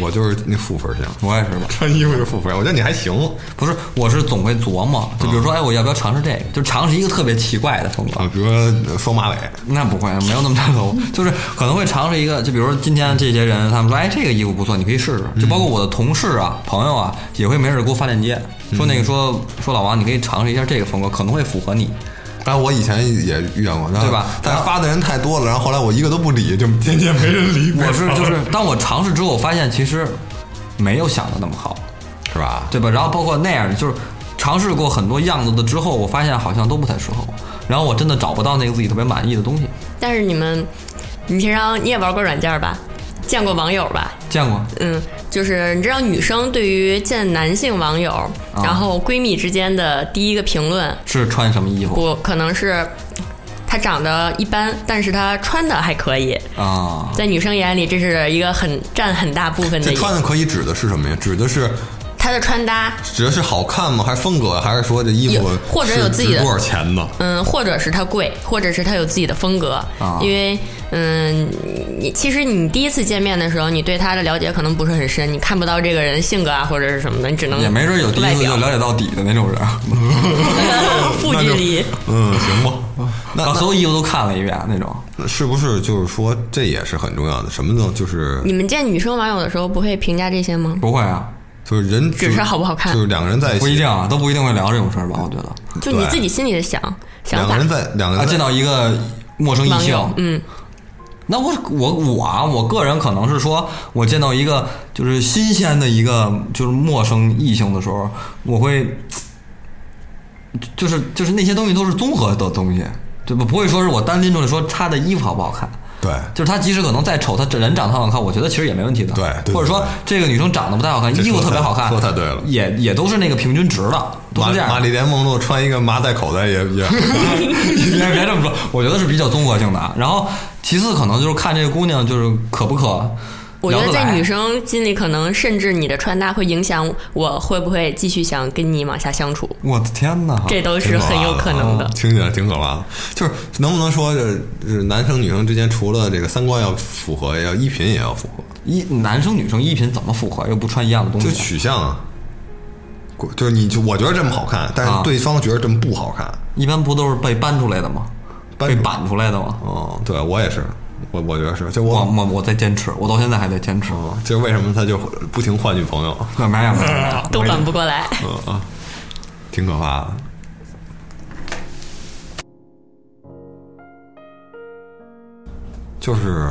Speaker 4: 我就是那负分项，
Speaker 5: 我也是
Speaker 4: [LAUGHS]
Speaker 5: 吧，
Speaker 4: 穿衣服就负分，我觉得你还行，
Speaker 5: 不是，我是总会琢磨，就比如说，哎，我要不要尝试这个？就尝试一个特别奇怪的风格。
Speaker 4: 啊，比如说双马尾，
Speaker 5: 那不会，没有那么大头， [LAUGHS] 就是可能会尝试一个，就比如说今天这些人，他们说，哎，这个衣服不错，你可以试试。就包括我的同事啊、朋友啊，也会没事儿给我发链接，说那个说说老王，你可以尝试一下这个风格，可能会符合你。
Speaker 4: 但我以前也遇见过，然后
Speaker 5: 对吧
Speaker 4: 但是发的人太多了，然后后来我一个都不理，就天天没人理
Speaker 5: 我是就是当我尝试之后，我发现其实没有想的那么好，
Speaker 4: 是吧？
Speaker 5: 对吧？然后包括那样的，就是尝试过很多样子的之后，我发现好像都不太适合我。然后我真的找不到那个自己特别满意的东西。
Speaker 6: 但是你们，你平常你也玩过软件儿吧？见过网友吧？
Speaker 5: 见过
Speaker 6: 嗯，就是你知道女生对于见男性网友，然后闺蜜之间的第一个评论，
Speaker 5: 是穿什么衣服？
Speaker 6: 我可能是她长得一般，但是她穿的还可以。
Speaker 4: 啊，
Speaker 6: 在女生眼里，这是一个很占很大部分的
Speaker 4: 这
Speaker 6: 一
Speaker 4: 穿的可以指的是什么呀？指的是
Speaker 6: 她的穿搭，
Speaker 4: 指的是好看吗？还是风格呀？还是说这衣服
Speaker 6: 有或者有
Speaker 4: 是
Speaker 6: 自己的
Speaker 4: 值多少钱呢？
Speaker 6: 嗯，或者是她贵，或者是她有自己的风格。
Speaker 4: 啊
Speaker 6: 因为，嗯，你其实你第一次见面的时候，你对她的了解可能不是很深，你看不到这个人性格啊或者是什么的，你只能
Speaker 5: 也没准有第一
Speaker 6: 外
Speaker 5: 次
Speaker 6: 表
Speaker 5: 就
Speaker 6: [LAUGHS]
Speaker 5: 了解到底的那种人，
Speaker 6: 负距离。
Speaker 4: 嗯，行吧。
Speaker 5: 把哦所有衣服都看了一遍啊那种。
Speaker 4: 那是不是就是说这也是很重要的？什么呢？就是
Speaker 6: 你们见女生网友的时候不会评价这些吗？
Speaker 5: 不会啊，
Speaker 4: 就是人
Speaker 6: 只是好不好看
Speaker 4: 就是两个人在一起
Speaker 5: 不一定啊，都不一定会聊这种事儿吧？我觉得
Speaker 6: 就你
Speaker 4: 对
Speaker 6: 自己心里的想想
Speaker 4: 两个
Speaker 6: 法
Speaker 4: 人。在两个人
Speaker 5: 啊，
Speaker 4: 在
Speaker 5: 见到一个陌生异
Speaker 6: 网
Speaker 5: 性，
Speaker 6: 友，嗯，
Speaker 5: 那我我我啊，我个人可能是说，我见到一个就是新鲜的一个就是陌生异性的时候，我会，就是就是那些东西都是综合的东西，对吧？不会说是我单拎出来说他的衣服好不好看，
Speaker 4: 对
Speaker 5: 就是他即使可能再丑，他人长得很好看，我觉得其实也没问题的。
Speaker 4: 对对对
Speaker 5: 或者说
Speaker 4: 对
Speaker 5: 这个女生长得不太好看，
Speaker 4: 这
Speaker 5: 衣服特别好看，
Speaker 4: 说太对了
Speaker 5: 也也都是那个平均值的，都
Speaker 4: 玛
Speaker 5: 是这样的。
Speaker 4: 玛丽莲梦露穿一个麻袋口袋也也
Speaker 5: [LAUGHS] 别别这么说，我觉得是比较综合性的啊。然后其次可能就是看这个姑娘就是可不可。
Speaker 6: 我觉
Speaker 5: 聊
Speaker 6: 得
Speaker 5: 来
Speaker 6: 在女生心里，可能甚至你的穿搭会影响我会不会继续想跟你往下相处，
Speaker 5: 我的天哪！
Speaker 6: 这都 [LAUGHS] 是很
Speaker 5: 啊
Speaker 6: 有可能的。
Speaker 4: 嗯听起来挺可怕的。就是能不能说，就是男生女生之间除了这个三观要符合，也要衣品也要符合，
Speaker 5: 衣男生女生衣品怎么符合？又不穿一样的东
Speaker 4: 就
Speaker 5: 西，
Speaker 4: 取向啊。就是你就我觉得这么好看，但
Speaker 5: 啊
Speaker 4: 是对方觉得这么不好看。
Speaker 5: 一般不都是被搬出来的吗？
Speaker 4: 搬
Speaker 5: 被
Speaker 4: 出来
Speaker 5: 板出来的吗？
Speaker 4: 哦，对我也是，我我觉得是，就
Speaker 5: 我
Speaker 4: 我，
Speaker 5: 我我在坚持，我到现在还在坚持。
Speaker 4: 就是为什么他就不停换女朋友，
Speaker 5: 没有没有没有，
Speaker 4: 哦
Speaker 6: 都反不过来。
Speaker 4: 挺可怕的。就是，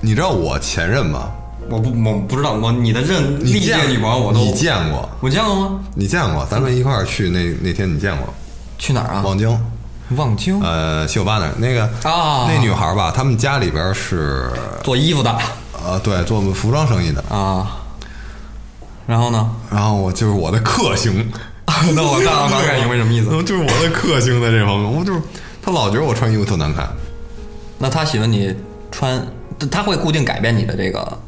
Speaker 4: 你知道我前任吧？
Speaker 5: 我不我不知道我你的认
Speaker 4: 你
Speaker 5: 历届
Speaker 4: 见
Speaker 5: 女朋友我都
Speaker 4: 你见过，
Speaker 5: 我见过吗？
Speaker 4: 你见过，咱们一块儿去那那天你见过，
Speaker 5: 去哪儿啊？
Speaker 4: 望京，
Speaker 5: 望京
Speaker 4: 呃，七九八那儿那个
Speaker 5: 啊
Speaker 4: 那女孩儿吧，他们家里边儿是
Speaker 5: 做衣服的
Speaker 4: 呃，对，做服装生意的。
Speaker 5: 啊。然后呢？
Speaker 4: 然后我就是我的克星， [LAUGHS]
Speaker 5: 那我大大概明白什么意思？
Speaker 4: 就是我的克星在这方面，我就是他老觉得我穿衣服特难看，
Speaker 5: 那他喜欢你穿，他会固定改变你的这个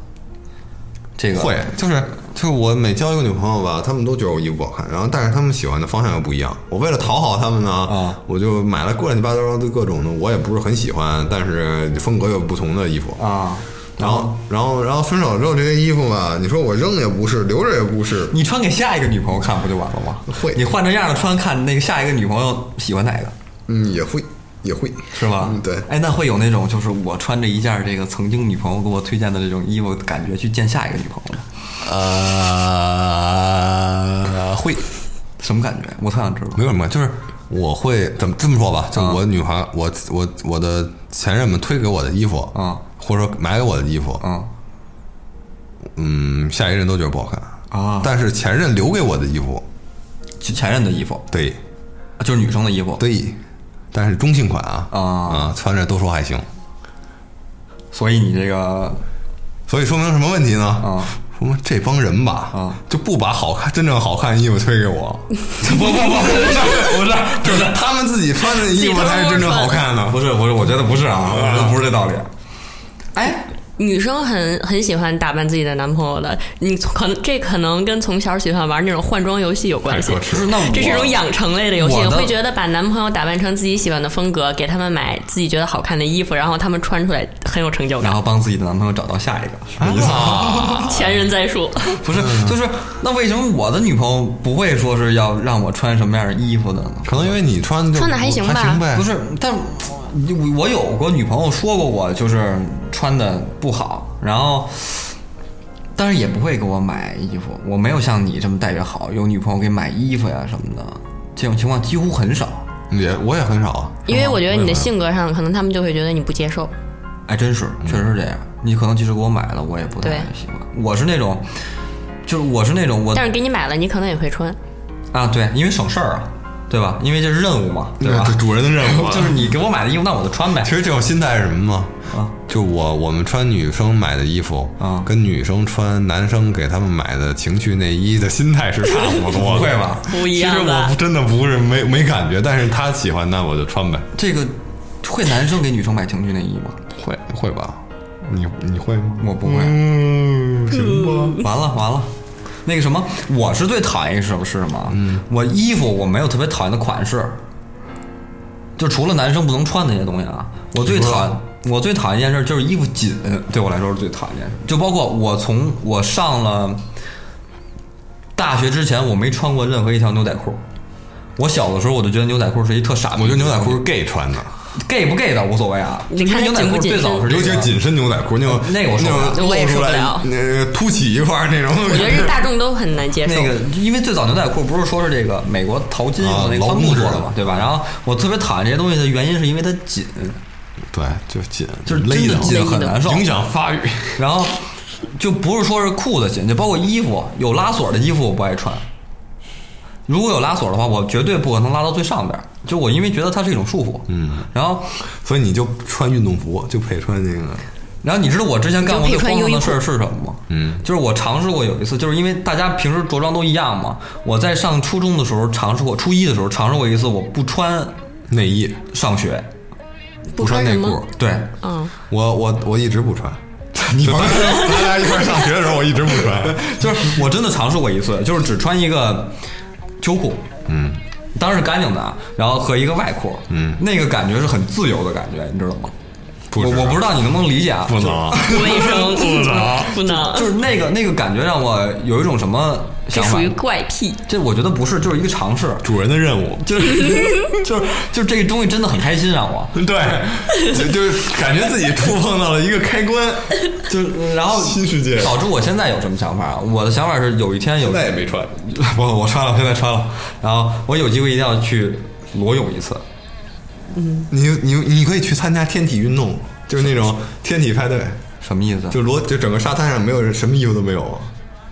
Speaker 5: 这个
Speaker 4: 会就是就是我每交一个女朋友吧，他们都觉得我衣服不好看，然后但是他们喜欢的方向又不一样。我为了讨好他们呢，
Speaker 5: 啊
Speaker 4: 我就买了乱七八糟的各种的，我也不是很喜欢，但是风格有不同的衣服。
Speaker 5: 啊。
Speaker 4: 然后，然后，然后分手之后，这些衣服吧，你说我扔也不是，留着也不是，
Speaker 5: 你穿给下一个女朋友看不就完了吗？
Speaker 4: 会
Speaker 5: 你换着样的穿，看那个下一个女朋友喜欢哪个，
Speaker 4: 嗯，也会，也会，
Speaker 5: 是吧？
Speaker 4: 嗯，对，
Speaker 5: 哎，那会有那种就是我穿着一件这个曾经女朋友给我推荐的这种衣服，感觉去见下一个女朋友吗？
Speaker 4: 呃，会。
Speaker 5: 什么感觉？我特想知道。
Speaker 4: 没有什么，就是我会怎么这么说吧，就我女孩，我我我的前任们推给我的衣服，
Speaker 5: 嗯
Speaker 4: 或者说买给我的衣服，
Speaker 5: 嗯
Speaker 4: 嗯，下一任都觉得不好看
Speaker 5: 啊
Speaker 4: 但是前任留给我的衣服，
Speaker 5: 就前任的衣服，
Speaker 4: 对
Speaker 5: 就是女生的衣服。，
Speaker 4: 对，但是中性款啊
Speaker 5: 啊
Speaker 4: 穿着都说还行，
Speaker 5: 所以你这个
Speaker 4: 所以说明什么问题呢？
Speaker 5: 啊
Speaker 4: 说明这帮人吧，
Speaker 5: 啊
Speaker 4: 就不把好看、真正好看的衣服推给我，
Speaker 5: [LAUGHS] 不不不不是不
Speaker 4: 就是
Speaker 5: 是
Speaker 4: 他们自己穿的衣服才是真正好看的。
Speaker 5: 不是不是，我觉得不是啊，我觉得不是这道理。哎，
Speaker 6: 女生很很喜欢打扮自己的男朋友的，你从可能这可能跟从小喜欢玩那种换装游戏有关系
Speaker 4: 太。可耻
Speaker 5: 不是那我
Speaker 6: 这是一种养成类的游戏，
Speaker 5: 我的
Speaker 6: 会觉得把男朋友打扮成自己喜欢的风格，给他们买自己觉得好看的衣服，然后他们穿出来很有成就
Speaker 5: 然
Speaker 6: 感。
Speaker 5: 后帮自己的男朋友找到下一个，是
Speaker 4: 啊
Speaker 5: 这意思吗？
Speaker 6: 前人栽树，
Speaker 5: 不是，就是那为什么我的女朋友不会说是要让我穿什么样的衣服的呢？
Speaker 4: 可能因为你穿就
Speaker 6: 穿得还行吧
Speaker 4: 呗，
Speaker 5: 不是，但我我有过女朋友说过我就是穿的不好，然后。但是也不会给我买衣服，我没有像你这么待遇好，有女朋友给买衣服呀什么的，这种情况几乎很少。
Speaker 4: 也我也很少啊。
Speaker 6: [LAUGHS] 因为我觉得你的性格上，可能他们就会觉得你不接受。
Speaker 5: 哎，真是，确实是这样。你可能即使给我买了，我也不太
Speaker 6: 对
Speaker 5: 喜欢。我是那种，就是我是那种我
Speaker 6: 但是给你买了，你可能也会穿。
Speaker 5: 啊，对，因为省事儿啊。对吧？因为这是任务嘛，对吧？
Speaker 4: 这主人的任务啊
Speaker 5: 就是你给我买的衣服，那我就穿呗。
Speaker 4: 其实这种心态是什么吗？
Speaker 5: 啊，
Speaker 4: 就我我们穿女生买的衣服，
Speaker 5: 啊
Speaker 4: 跟女生穿男生给他们买的情趣内衣的心态是差不多的，
Speaker 5: [LAUGHS] 不会吧
Speaker 6: 不一样
Speaker 4: 其实
Speaker 6: 吧
Speaker 4: 我真的不是没没感觉，但是他喜欢那我就穿呗，
Speaker 5: 这个会男生给女生买情趣内衣吗？
Speaker 4: 会会吧？你你会吗？
Speaker 5: 我不会
Speaker 4: 嗯，行吧。
Speaker 5: 完了完了，那个什么，我是最讨厌一种是什么？嗯，我衣服我没有特别讨厌的款式，就除了男生不能穿的那些东西啊，我最讨我最讨厌一件事就是衣服紧，对我来说是最讨厌一件事。就包括我从我上了大学之前，我没穿过任何一条牛仔裤。我小的时候我就觉得牛仔裤是一特傻逼的东
Speaker 4: 我
Speaker 5: 西，
Speaker 4: 觉得牛仔裤是 gay 穿的，
Speaker 5: gay 不 gay 的无所谓啊，
Speaker 6: 你看
Speaker 5: 因为牛仔
Speaker 6: 它紧不
Speaker 5: 裤
Speaker 6: 紧
Speaker 5: 最早是这
Speaker 4: 尤其
Speaker 5: 个
Speaker 4: 是紧身牛仔裤，那种
Speaker 5: 那个我受
Speaker 4: 那
Speaker 5: 不了
Speaker 4: 种
Speaker 6: 我也
Speaker 4: 露
Speaker 6: 受
Speaker 4: 出
Speaker 6: 不
Speaker 4: 来
Speaker 6: 了
Speaker 4: 那个凸起一块儿那种。
Speaker 6: 我觉得这大众都很难接受。
Speaker 5: 那个，因为最早牛仔裤不是说是这个美国淘金用的那个
Speaker 4: 啊
Speaker 5: 帆
Speaker 4: 劳
Speaker 5: 布
Speaker 4: 动
Speaker 5: 做的
Speaker 4: 制
Speaker 5: 嘛，对吧？然后我特别讨厌这些东西的原因是因为它紧，
Speaker 4: [LAUGHS] 对，就紧，
Speaker 5: 就是
Speaker 4: 勒
Speaker 5: 真的
Speaker 4: 的
Speaker 5: 紧很难受，
Speaker 4: 影响发育。
Speaker 5: 然后就不是说是裤子紧，就包括衣服有拉锁的衣服我不爱穿。如果有拉锁的话，我绝对不可能拉到最上边儿，就我因为觉得它是一种束缚。嗯，然后
Speaker 4: 所以你就穿运动服，就配穿那个。
Speaker 5: 然后你知道我之前干过
Speaker 6: 你
Speaker 5: 最
Speaker 6: 就可以
Speaker 5: 荒唐的
Speaker 6: 穿优衣库
Speaker 5: 事儿是什么吗？
Speaker 4: 嗯，
Speaker 5: 就是我尝试过有一次，就是因为大家平时着装都一样嘛，我在上初中的时候尝试过，初一的时候尝试过一次，我不穿
Speaker 4: 内衣，
Speaker 5: 上学。
Speaker 6: 不
Speaker 4: 穿
Speaker 6: 穿
Speaker 4: 内
Speaker 6: 什么
Speaker 4: 裤。
Speaker 5: 对，
Speaker 6: 嗯，
Speaker 4: 我我我一直不穿。 [LAUGHS] 你甭说，咱俩一块儿上学的时候，我一直不穿。
Speaker 5: 就是我真的尝试过一次，就是只穿一个秋裤，
Speaker 4: 嗯，
Speaker 5: 当然是干净的，啊，然后和一个外裤，
Speaker 4: 嗯
Speaker 5: 那个感觉是很自由的感觉，你知道吗？
Speaker 4: 不
Speaker 5: 我
Speaker 4: 知道
Speaker 5: 我不知道你能不能理解啊，
Speaker 4: 不能啊，
Speaker 6: 卫生 [LAUGHS] 不能不能，
Speaker 5: 就是那个那个感觉让我有一种什么
Speaker 6: 这
Speaker 5: 想法
Speaker 6: 属于？怪癖。
Speaker 5: 这我觉得不是，就是一个尝试， [LAUGHS]
Speaker 4: 主人的任务。
Speaker 5: 就是就是就是这个东西真的很开心让我，
Speaker 4: [LAUGHS] 对，就就是感觉自己触碰到了一个开关，
Speaker 5: 就是然后
Speaker 4: 新世界
Speaker 5: 导致我现在有什么想法啊？我的想法是有一天有
Speaker 4: 现在也没穿。
Speaker 5: 不，我穿了，现在穿了，然后我有机会一定要去裸泳一次。
Speaker 4: 你你你可以去参加天体运动，就是那种天体派对，
Speaker 5: 什么意思？
Speaker 4: 就裸就整个沙滩上没有人，什么衣服都没有，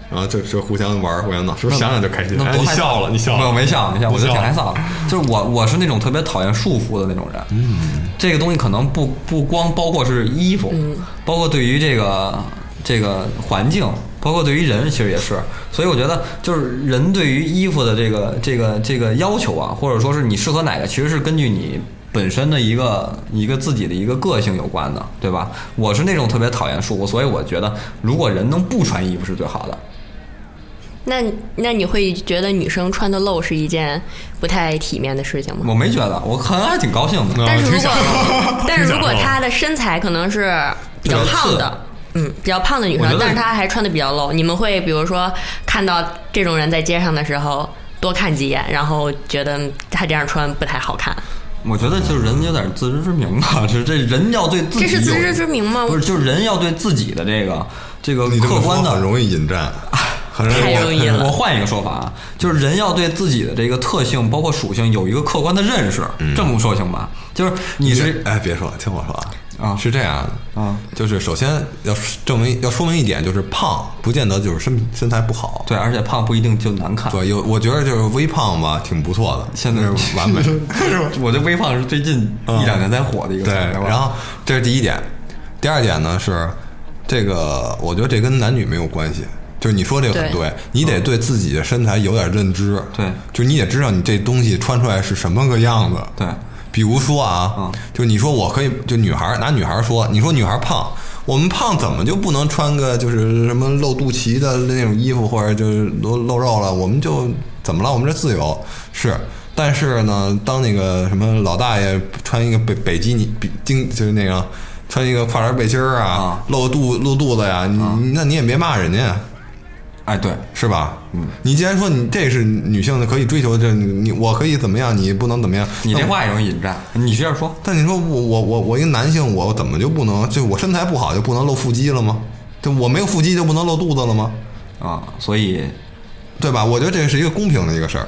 Speaker 4: 然后就就互相玩，互相闹，是不是想想就开心？
Speaker 5: 那
Speaker 4: 哎
Speaker 5: 多
Speaker 4: 你
Speaker 5: 害臊
Speaker 4: 笑了，你笑
Speaker 5: 没有
Speaker 4: 了，
Speaker 5: 没笑，没笑，我觉得
Speaker 4: 笑
Speaker 5: 挺
Speaker 4: 了
Speaker 5: 害臊的。就是我我是那种特别讨厌束缚的那种人。嗯，这个东西可能不不光包括是衣服，包括对于这个这个环境，包括对于人，其实也是。所以我觉得，就是人对于衣服的这个这个这个要求啊，或者说是你适合哪个，其实是根据你。本身的一个一个自己的一个个性有关的，对吧？我是那种特别讨厌束缚，所以我觉得如果人能不穿衣服是最好的。
Speaker 6: 那那你会觉得女生穿的露是一件不太体面的事情吗？
Speaker 5: 我没觉得，我可能还挺高兴
Speaker 4: 啊
Speaker 5: 的。
Speaker 6: 但是如果
Speaker 4: 挺想
Speaker 6: 但是如果
Speaker 4: 挺想
Speaker 6: 她的身材可能是比较
Speaker 5: 比较
Speaker 6: 胖
Speaker 5: 次
Speaker 6: 的，嗯，比较胖的女
Speaker 5: 我觉
Speaker 6: 生
Speaker 5: 得，
Speaker 6: 但是她还穿的比较露，你们会比如说看到这种人在街上的时候多看几眼，然后觉得嗯她这样穿不太好看，
Speaker 5: 我觉得就是人有点自知之明吧， [LAUGHS] 这这人要对自己
Speaker 6: 这是自知之明吗
Speaker 5: 有不是，就是人要对自己的这个这个
Speaker 4: 你这
Speaker 5: 客
Speaker 4: 么
Speaker 5: 观
Speaker 4: 说
Speaker 5: 的
Speaker 4: 很容易引
Speaker 5: [LAUGHS]
Speaker 4: 战，很容易
Speaker 6: 太
Speaker 4: [LAUGHS]
Speaker 6: 容易了
Speaker 5: 我换一个说法啊，就是人要对自己的这个特性，包括属性有一个客观的认识，
Speaker 4: 嗯
Speaker 5: 这么说行吧？就是你是
Speaker 4: 哎，别说，听我说啊，
Speaker 5: 啊
Speaker 4: 是这样
Speaker 5: 啊，
Speaker 4: 就是首先要证明要说明一点，就是胖不见得就是身身材不好，
Speaker 5: 对，而且胖不一定就难看。
Speaker 4: 对，有我觉得就是微胖吧，挺不错的，
Speaker 5: 现在
Speaker 4: 是完美，
Speaker 5: [LAUGHS] 我觉得微胖是最近
Speaker 4: 嗯
Speaker 5: 一两年才火的一个词
Speaker 4: 对，
Speaker 5: 儿，对吧？
Speaker 4: 然后这是第一点，第二点呢是这个，我觉得这跟男女没有关系。就是你说这个很
Speaker 6: 对
Speaker 4: 对，你得对自己的身材有点认知。
Speaker 5: 嗯对
Speaker 4: 就你得知道你这东西穿出来是什么个样子。
Speaker 5: 对
Speaker 4: 比如说啊，
Speaker 5: 嗯
Speaker 4: 就你说我可以，就女孩儿拿女孩儿说，你说女孩儿胖，我们胖怎么就不能穿个就是什么露肚脐的那种衣服，或者就是露露肉了？我们就怎么了？我们这自由是。但是呢，当那个什么老大爷穿一个北北基尼，比经就是那个穿一个跨栏背心儿啊
Speaker 5: 啊，
Speaker 4: 露肚露肚子呀，你、
Speaker 5: 嗯
Speaker 4: 你那你也别骂人家呀。
Speaker 5: 哎，对，
Speaker 4: 是吧？嗯，你既然说你这是女性的可以追求，这你你我可以怎么样，你不能怎么样。
Speaker 5: 你
Speaker 4: 那
Speaker 5: 这
Speaker 4: 我
Speaker 5: 话也容易引战，你接着说。
Speaker 4: 但你说我我我我一个男性，我怎么就不能就我身材不好就不能露腹肌了吗？就我没有腹肌就不能露肚子了吗？
Speaker 5: 啊，所以
Speaker 4: 对吧？我觉得这是一个公平的一个事儿。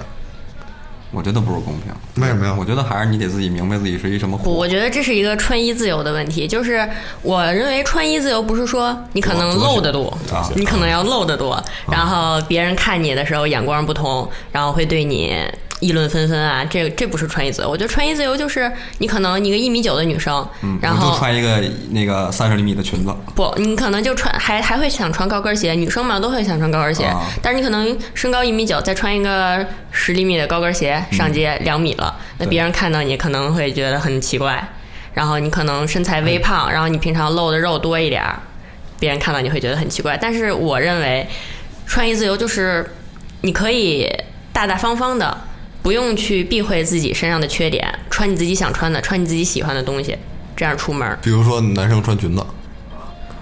Speaker 5: 我觉得不是公平。
Speaker 4: 为什么呀
Speaker 5: 我觉得还是你得自己明白自己是一什么货。
Speaker 6: 不，我觉得这是一个穿衣自由的问题。就是我认为穿衣自由不是说你可能露得多啊
Speaker 5: 啊，
Speaker 6: 你可能要露得多，然后别人看你的时候眼光不同，然后会对你议论纷纷啊，这这不是穿衣自由。我觉得穿衣自由就是你可能一个一米九的女生，然
Speaker 5: 嗯我就
Speaker 6: 后
Speaker 5: 穿一个那个三十厘米的裙子，
Speaker 6: 不，你可能就穿还还会想穿高跟鞋，女生嘛都会想穿高跟鞋，
Speaker 5: 啊
Speaker 6: 但是你可能身高一米九，再穿一个十厘米的高跟鞋上街两米了，
Speaker 5: 嗯
Speaker 6: 那
Speaker 5: 对
Speaker 6: 别人看到你可能会觉得很奇怪，然后你可能身材微
Speaker 5: 嗯
Speaker 6: 胖，然后你平常露的肉多一点儿，别人看到你会觉得很奇怪。但是我认为，穿衣自由就是你可以大大方方的，不用去避讳自己身上的缺点，穿你自己想穿的，穿你自己喜欢的东西，这样出门儿。
Speaker 4: 比如说男生穿裙子，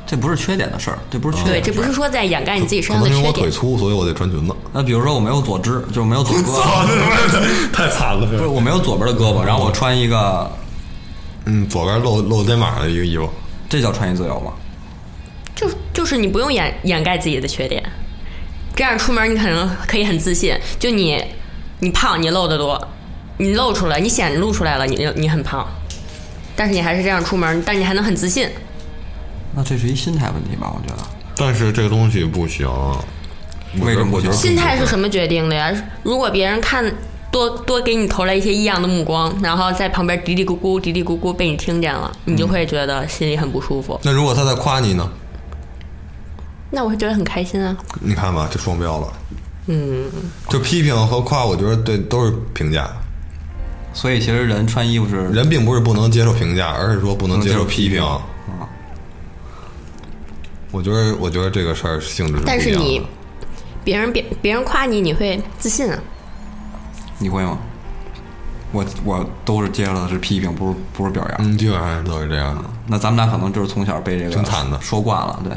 Speaker 5: 这不是缺点的事儿，这不是缺
Speaker 6: 对，
Speaker 5: 点的
Speaker 6: 这
Speaker 5: 事
Speaker 6: 不
Speaker 5: 儿。
Speaker 6: 是说在掩盖你自己
Speaker 4: 嗯可
Speaker 6: 身上
Speaker 4: 能
Speaker 6: 的
Speaker 4: 因为
Speaker 6: 缺
Speaker 4: 我
Speaker 6: 点
Speaker 4: 腿。粗，所以我得穿
Speaker 5: [LAUGHS]
Speaker 4: 裙子。
Speaker 5: 那比如说我没有左肢，就是没
Speaker 4: [LAUGHS]
Speaker 5: 有左胳膊，
Speaker 4: 操，这他妈太惨了！
Speaker 5: 不是我没有左边的胳膊，然后我穿一个，
Speaker 4: 嗯，左边露露肩膀的一个衣服，
Speaker 5: 这叫穿衣自由吗？
Speaker 6: 就就是你不用掩掩盖自己的缺点，这样出门你可能可以很自信。就你，你胖，你露的多，你露出来，你显露出来了，你你很胖，但是你还是这样出门，但你还能很自信。
Speaker 4: 嗯
Speaker 5: 那这是一心态问题吧？我觉得。
Speaker 4: 但是这个东西不行。
Speaker 5: 为什么不行
Speaker 6: 心态是什么决定的呀？如果别人看多多给你投来一些异样的目光，然后在旁边嘀嘀咕咕、嘀嘀咕咕被你听见了，你
Speaker 4: 嗯
Speaker 6: 就会觉得心里很不舒服。
Speaker 4: 那如果他在夸你呢？
Speaker 6: 那我会觉得很开心啊。
Speaker 4: 你看吧，这双标了。嗯，就批评和夸，我觉得对都是评价。
Speaker 5: 所以其实人穿衣服是
Speaker 4: 人并不是不能接受评价，而是说嗯不能接受批评。嗯
Speaker 5: 啊，
Speaker 4: 我觉得，我觉得这个事儿性质是不一样
Speaker 6: 但
Speaker 4: 的。
Speaker 6: 是你，别人别别人夸你，你会自信啊。
Speaker 5: 你会吗？我我都是接受的是批评，不是不是表扬。
Speaker 4: 嗯，基本上都是这样的。
Speaker 5: 那咱们俩可能就是从小被这个
Speaker 4: 挺惨的
Speaker 5: 说惯了，对。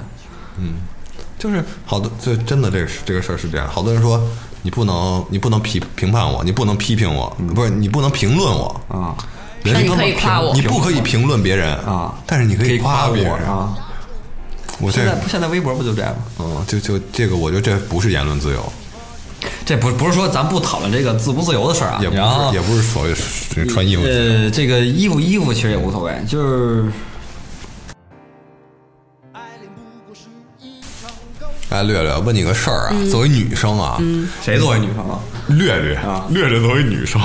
Speaker 4: 就是好多，这真的这个是这个事儿是这样。好多人说你不能，你不能批评判我，你不能批评我，不是你不能评论我。
Speaker 5: 啊
Speaker 4: 人
Speaker 6: 那
Speaker 4: 是
Speaker 6: 你
Speaker 4: 他妈
Speaker 6: 可以
Speaker 4: 评
Speaker 6: 夸我
Speaker 4: 你不可以评论别人
Speaker 5: 啊！
Speaker 4: 但是你可
Speaker 5: 以夸
Speaker 4: 别人
Speaker 5: 我。啊！
Speaker 4: 我
Speaker 5: 现
Speaker 4: 这
Speaker 5: 在，现在微博不就这样吗？
Speaker 4: 嗯，就就这个，我觉得这不是言论自由，
Speaker 5: 这不不是说咱不讨论这个自不自由的事儿啊，
Speaker 4: 也不
Speaker 5: 然后
Speaker 4: 是也不是所谓是穿衣服自由。
Speaker 5: 呃，这个衣服衣服其实也无所谓，就是
Speaker 4: 哎，略略，问你个事儿啊，
Speaker 6: 嗯
Speaker 4: 作为女生啊，
Speaker 5: 谁作为女生啊？
Speaker 4: 略略
Speaker 5: 啊
Speaker 4: 略略作为女生，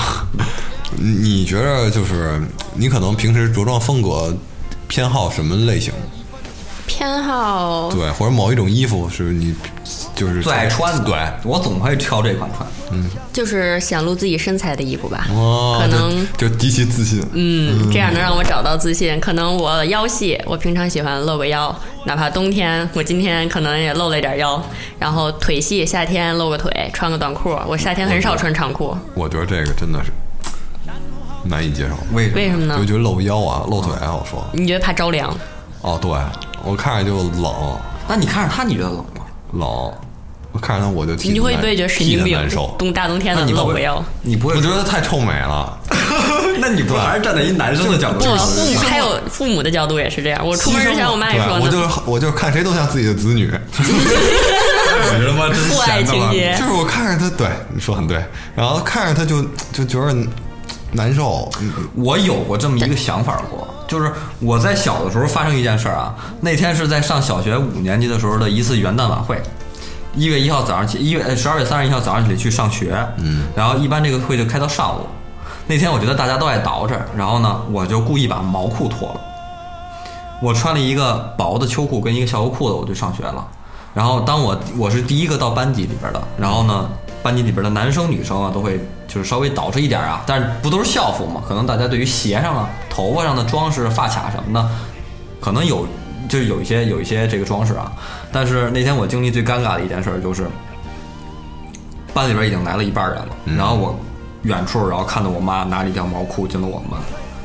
Speaker 4: 你你觉着就是你可能平时着装风格偏好什么类型？
Speaker 6: 偏好
Speaker 4: 对，或者某一种衣服是你就是
Speaker 5: 最爱穿的，
Speaker 4: 对，
Speaker 5: 我总会挑这款穿。
Speaker 6: 就是显露自己身材的衣服吧，
Speaker 4: 哦，
Speaker 6: 可能
Speaker 4: 就就极其自信，
Speaker 6: 嗯，这样能让我找到自信。可能我腰细，我平常喜欢露个腰，哪怕冬天，我今天可能也露了一点腰。然后腿细，夏天露个腿，穿个短裤。我夏天很少穿长裤，
Speaker 4: 我觉得这个真的是难以接受。
Speaker 5: 为什么？
Speaker 6: 为什么
Speaker 4: 就
Speaker 6: 呢？
Speaker 4: 觉得露腰啊，露腿啊，我说，
Speaker 6: 你觉得怕着凉？
Speaker 4: 哦，对我看着就冷
Speaker 5: 那你看着他，你觉得冷吗？
Speaker 4: 冷，我看着他我就替
Speaker 6: 你会
Speaker 4: 他
Speaker 6: 不会觉得神
Speaker 4: 替
Speaker 6: 经
Speaker 4: 他
Speaker 6: 病
Speaker 4: 难受？？
Speaker 6: 冬大冬天
Speaker 5: 那
Speaker 6: 的
Speaker 5: 你
Speaker 6: 露
Speaker 5: 不
Speaker 6: 个
Speaker 5: 会
Speaker 6: 腰，，
Speaker 5: 你不会
Speaker 4: 我觉得太臭美了。
Speaker 5: 那你不还是站在一男生的角度
Speaker 6: 不，
Speaker 5: 去
Speaker 6: 父
Speaker 5: 思
Speaker 6: 母
Speaker 5: 考？
Speaker 6: 还有父母的角度也是这样。我出门之前，我妈也
Speaker 4: 对啊
Speaker 6: 说
Speaker 4: 我
Speaker 6: 呢，
Speaker 4: 就是我就是看谁都像自己的子女，
Speaker 5: 我觉得妈真
Speaker 6: 父爱
Speaker 5: 闲的
Speaker 6: 情
Speaker 5: 吧
Speaker 6: 节
Speaker 4: 就是我看着他，对你说很对，然后看着他就就觉得难受，嗯
Speaker 5: 我有过这么一个想法过，就是我在小的时候发生一件事儿啊，那天是在上小学五年级的时候的一次元旦晚会。一月一号早上起，一月呃十二月三十一号早上起来去上学，嗯，然后一般这个会就开到上午。那天我觉得大家都爱捯饬，然后呢，我就故意把毛裤脱了，我穿了一个薄的秋裤跟一个校服裤子，我就上学了。然后当我我是第一个到班级里边的，然后呢，班级里边的男生女生啊都会就是稍微捯饬一点啊，但是不都是校服嘛？可能大家对于鞋上啊、头发上的装饰、发卡什么的，可能有就是有一些有一些这个装饰啊。但是那天我经历最尴尬的一件事儿就是，班里边已经来了一半人了，然后我远处然后看到我妈拿着一条毛裤进了我们班，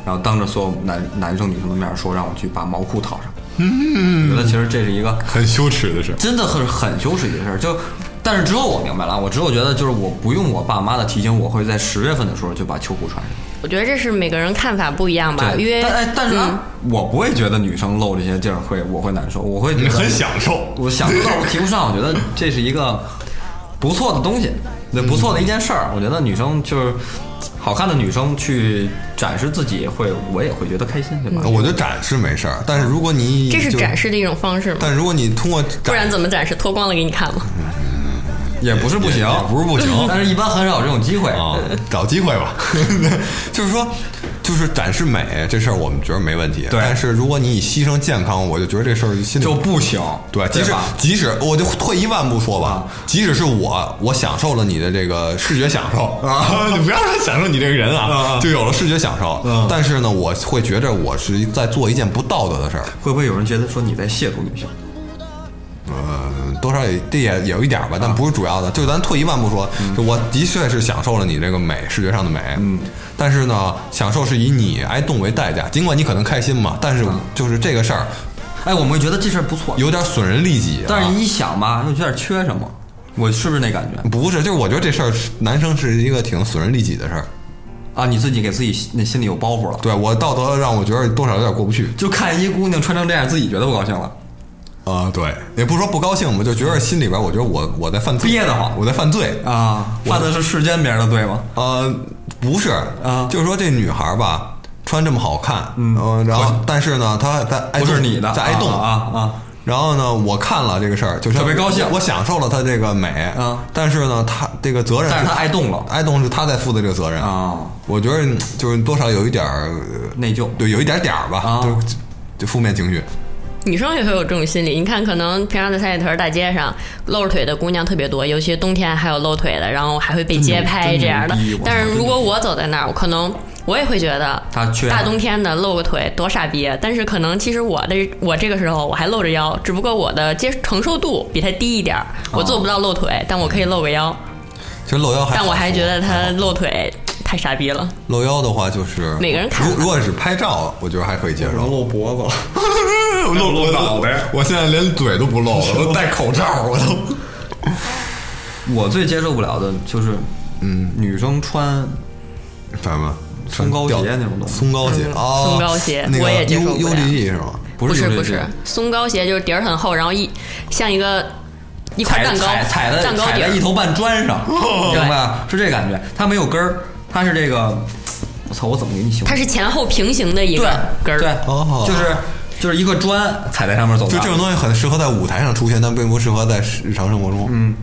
Speaker 5: 然后当着所有男男生女生的面说让我去把毛裤套上。嗯，我觉得其实这是一个
Speaker 4: 很羞耻的事。
Speaker 5: 真的很很羞耻一件事儿。就，但是之后我明白了，我之后觉得就是我不用我爸妈的提醒，我会在十月份的时候就把秋裤穿上。
Speaker 6: 我觉得这是每个人看法不一样吧。因为
Speaker 5: 但哎，但是啊、
Speaker 6: 嗯
Speaker 5: 我不会觉得女生露这些地儿会我会难受，我会觉
Speaker 4: 你
Speaker 5: 得
Speaker 4: 很享受，
Speaker 5: 我想不到，我提不上，我觉得这是一个不错的东西，对，不错的一件事儿。我觉得女生就是好看的女生去展示自己会，我也会觉得开心，对吧？
Speaker 4: 嗯我觉得展示没事儿，但是如果你
Speaker 6: 这是
Speaker 4: 就
Speaker 6: 展，示的一种方式嘛。
Speaker 4: 但如果你通过
Speaker 6: 不
Speaker 4: 展
Speaker 6: 然怎么展示？脱光了给你看吗？
Speaker 5: 也不是不行，
Speaker 4: 也不是不行
Speaker 5: [LAUGHS] 但是一般很少有这种机会。 [LAUGHS]
Speaker 4: 啊，找机会吧。 [LAUGHS] 就是说，就是展示美这事儿，我们觉得没问题。
Speaker 5: 对
Speaker 4: 但是如果你以牺牲健康，我就觉得这事儿心里
Speaker 5: 就不行
Speaker 4: 对，即
Speaker 5: 对
Speaker 4: 使
Speaker 5: 吧啊
Speaker 4: 即使我就退一万步说吧，即使是我，我享受了你的这个视觉享受啊， [LAUGHS] 你不要说享受你这个人啊，就有了视觉享受。
Speaker 5: 嗯
Speaker 4: 但是呢，我会觉着我是在做一件不道德的事儿。
Speaker 5: 会不会有人觉得说你在亵渎女性？
Speaker 4: 嗯，多少也这也有一点儿
Speaker 5: 啊
Speaker 4: 吧，但不是主要的。就咱退一万步说，
Speaker 5: 嗯
Speaker 4: 就我的确是享受了你这个美，视觉上的美。嗯，但是呢，享受是以你挨冻为代价，尽管你可能开心嘛，但是
Speaker 5: 啊
Speaker 4: 就是这个事儿
Speaker 5: 哎，我们会觉得这事儿不错，
Speaker 4: 有点损人利己啊、
Speaker 5: 但是你一想吧，又有点缺什么，我是不是那感觉
Speaker 4: 不是，就是我觉得这事儿是男生是一个挺损人利己的事儿。
Speaker 5: 啊？你自己给自己那心里有包袱了，
Speaker 4: 对我道德让我觉得多少有点过不去
Speaker 5: 就看一姑娘穿成这样，自己觉得不高兴了。
Speaker 4: 啊、对，也不是说不高兴吧，就觉得心里边，我觉得我我在犯罪，
Speaker 5: 憋得慌
Speaker 4: 我在犯罪
Speaker 5: 啊，
Speaker 4: 我
Speaker 5: 犯的是世间别人的罪吗？
Speaker 4: 呃，不是
Speaker 5: 啊
Speaker 4: 就是说这女孩吧，穿这么好看，嗯，然后但是呢，她在挨
Speaker 5: 不是
Speaker 4: 冻
Speaker 5: 你的，
Speaker 4: 在挨冻
Speaker 5: 啊啊啊！
Speaker 4: 然后呢，我看了这个事儿，就是
Speaker 5: 特别高兴
Speaker 4: 我享受了她这个美
Speaker 5: 啊
Speaker 4: 但是呢，她这个责任，
Speaker 5: 但是她挨冻了
Speaker 4: 挨冻是她在负的这个责任
Speaker 5: 啊。
Speaker 4: 我觉得嗯就是多少有一点儿，呃
Speaker 5: 内疚，
Speaker 4: 对，有一点点儿吧，
Speaker 5: 啊
Speaker 4: 就就负面情绪。
Speaker 6: 女生也会有这种心理。你看，可能平常在三里屯大街上露着腿的姑娘特别多，尤其冬天还有露腿的，然后还会被街拍
Speaker 5: 真牛
Speaker 6: 这样的
Speaker 5: 真牛逼。
Speaker 6: 但
Speaker 5: 我
Speaker 6: 是
Speaker 5: 操
Speaker 6: 如果我走在那儿，我可能我也会觉得
Speaker 5: 她缺
Speaker 6: 大冬天的露个腿多傻逼啊。但是可能其实我的我这个时候我还露着腰，只不过我的接承受度比她低一点儿，我做不到露腿，但我可以露个腰。
Speaker 4: 其实露腰还好，
Speaker 6: [LAUGHS] 但我还觉得她露腿太傻逼了。
Speaker 4: 露腰的话就是
Speaker 6: 每个人看
Speaker 4: 如
Speaker 6: 吧
Speaker 4: 如果是拍照，我觉得还可以接
Speaker 5: [LAUGHS]
Speaker 4: 受。
Speaker 5: 露脖子了。
Speaker 4: 我 [LAUGHS] 露露脑袋，我现在连嘴都不露了， [LAUGHS] 我戴口罩， [LAUGHS] 我都。
Speaker 5: 我最接受不了的就是，嗯，女生穿
Speaker 4: 什 [LAUGHS] 么？
Speaker 5: 松糕鞋那种东西
Speaker 4: 松糕鞋
Speaker 6: 嗯
Speaker 4: 哦，
Speaker 6: 松糕鞋
Speaker 4: 那个
Speaker 6: 我也接受
Speaker 4: U U
Speaker 6: 不了
Speaker 4: D G 是吗？
Speaker 5: 不是
Speaker 6: 是
Speaker 5: 有这
Speaker 6: 不是
Speaker 5: 种，
Speaker 6: 松糕鞋就是底儿很厚，然后一像一个一块
Speaker 5: 踩
Speaker 6: 蛋糕，
Speaker 5: 踩踩在
Speaker 6: 蛋糕
Speaker 5: 踩
Speaker 6: 底
Speaker 5: 在
Speaker 6: 儿
Speaker 5: 一头半砖
Speaker 6: [LAUGHS]
Speaker 5: 上，明白吧？是这感觉，它没有根儿，它是这个，我操，我怎么给你形容
Speaker 6: 它？是前后平行的一
Speaker 5: 对
Speaker 6: 个根儿，
Speaker 5: 对，
Speaker 4: 哦
Speaker 5: 就是就是一个砖踩在上面走的。
Speaker 4: 就这种东西很适合在舞台上出现，但并不适合在日常生活中。嗯，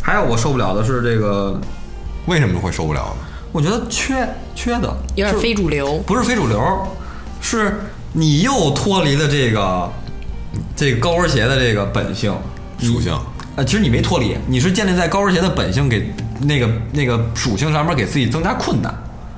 Speaker 5: 还有我受不了的是这个，
Speaker 4: 为什么会受不了呢？
Speaker 5: 我觉得缺缺的
Speaker 6: 有点
Speaker 5: 就是
Speaker 6: 非主流。
Speaker 5: 不是非主流，是你又脱离了这个这个高跟鞋的这个本性
Speaker 4: 嗯属性。
Speaker 5: 呃，其实你没脱离，你是建立在高跟鞋的本性给那个那个属性上面给自己增加困难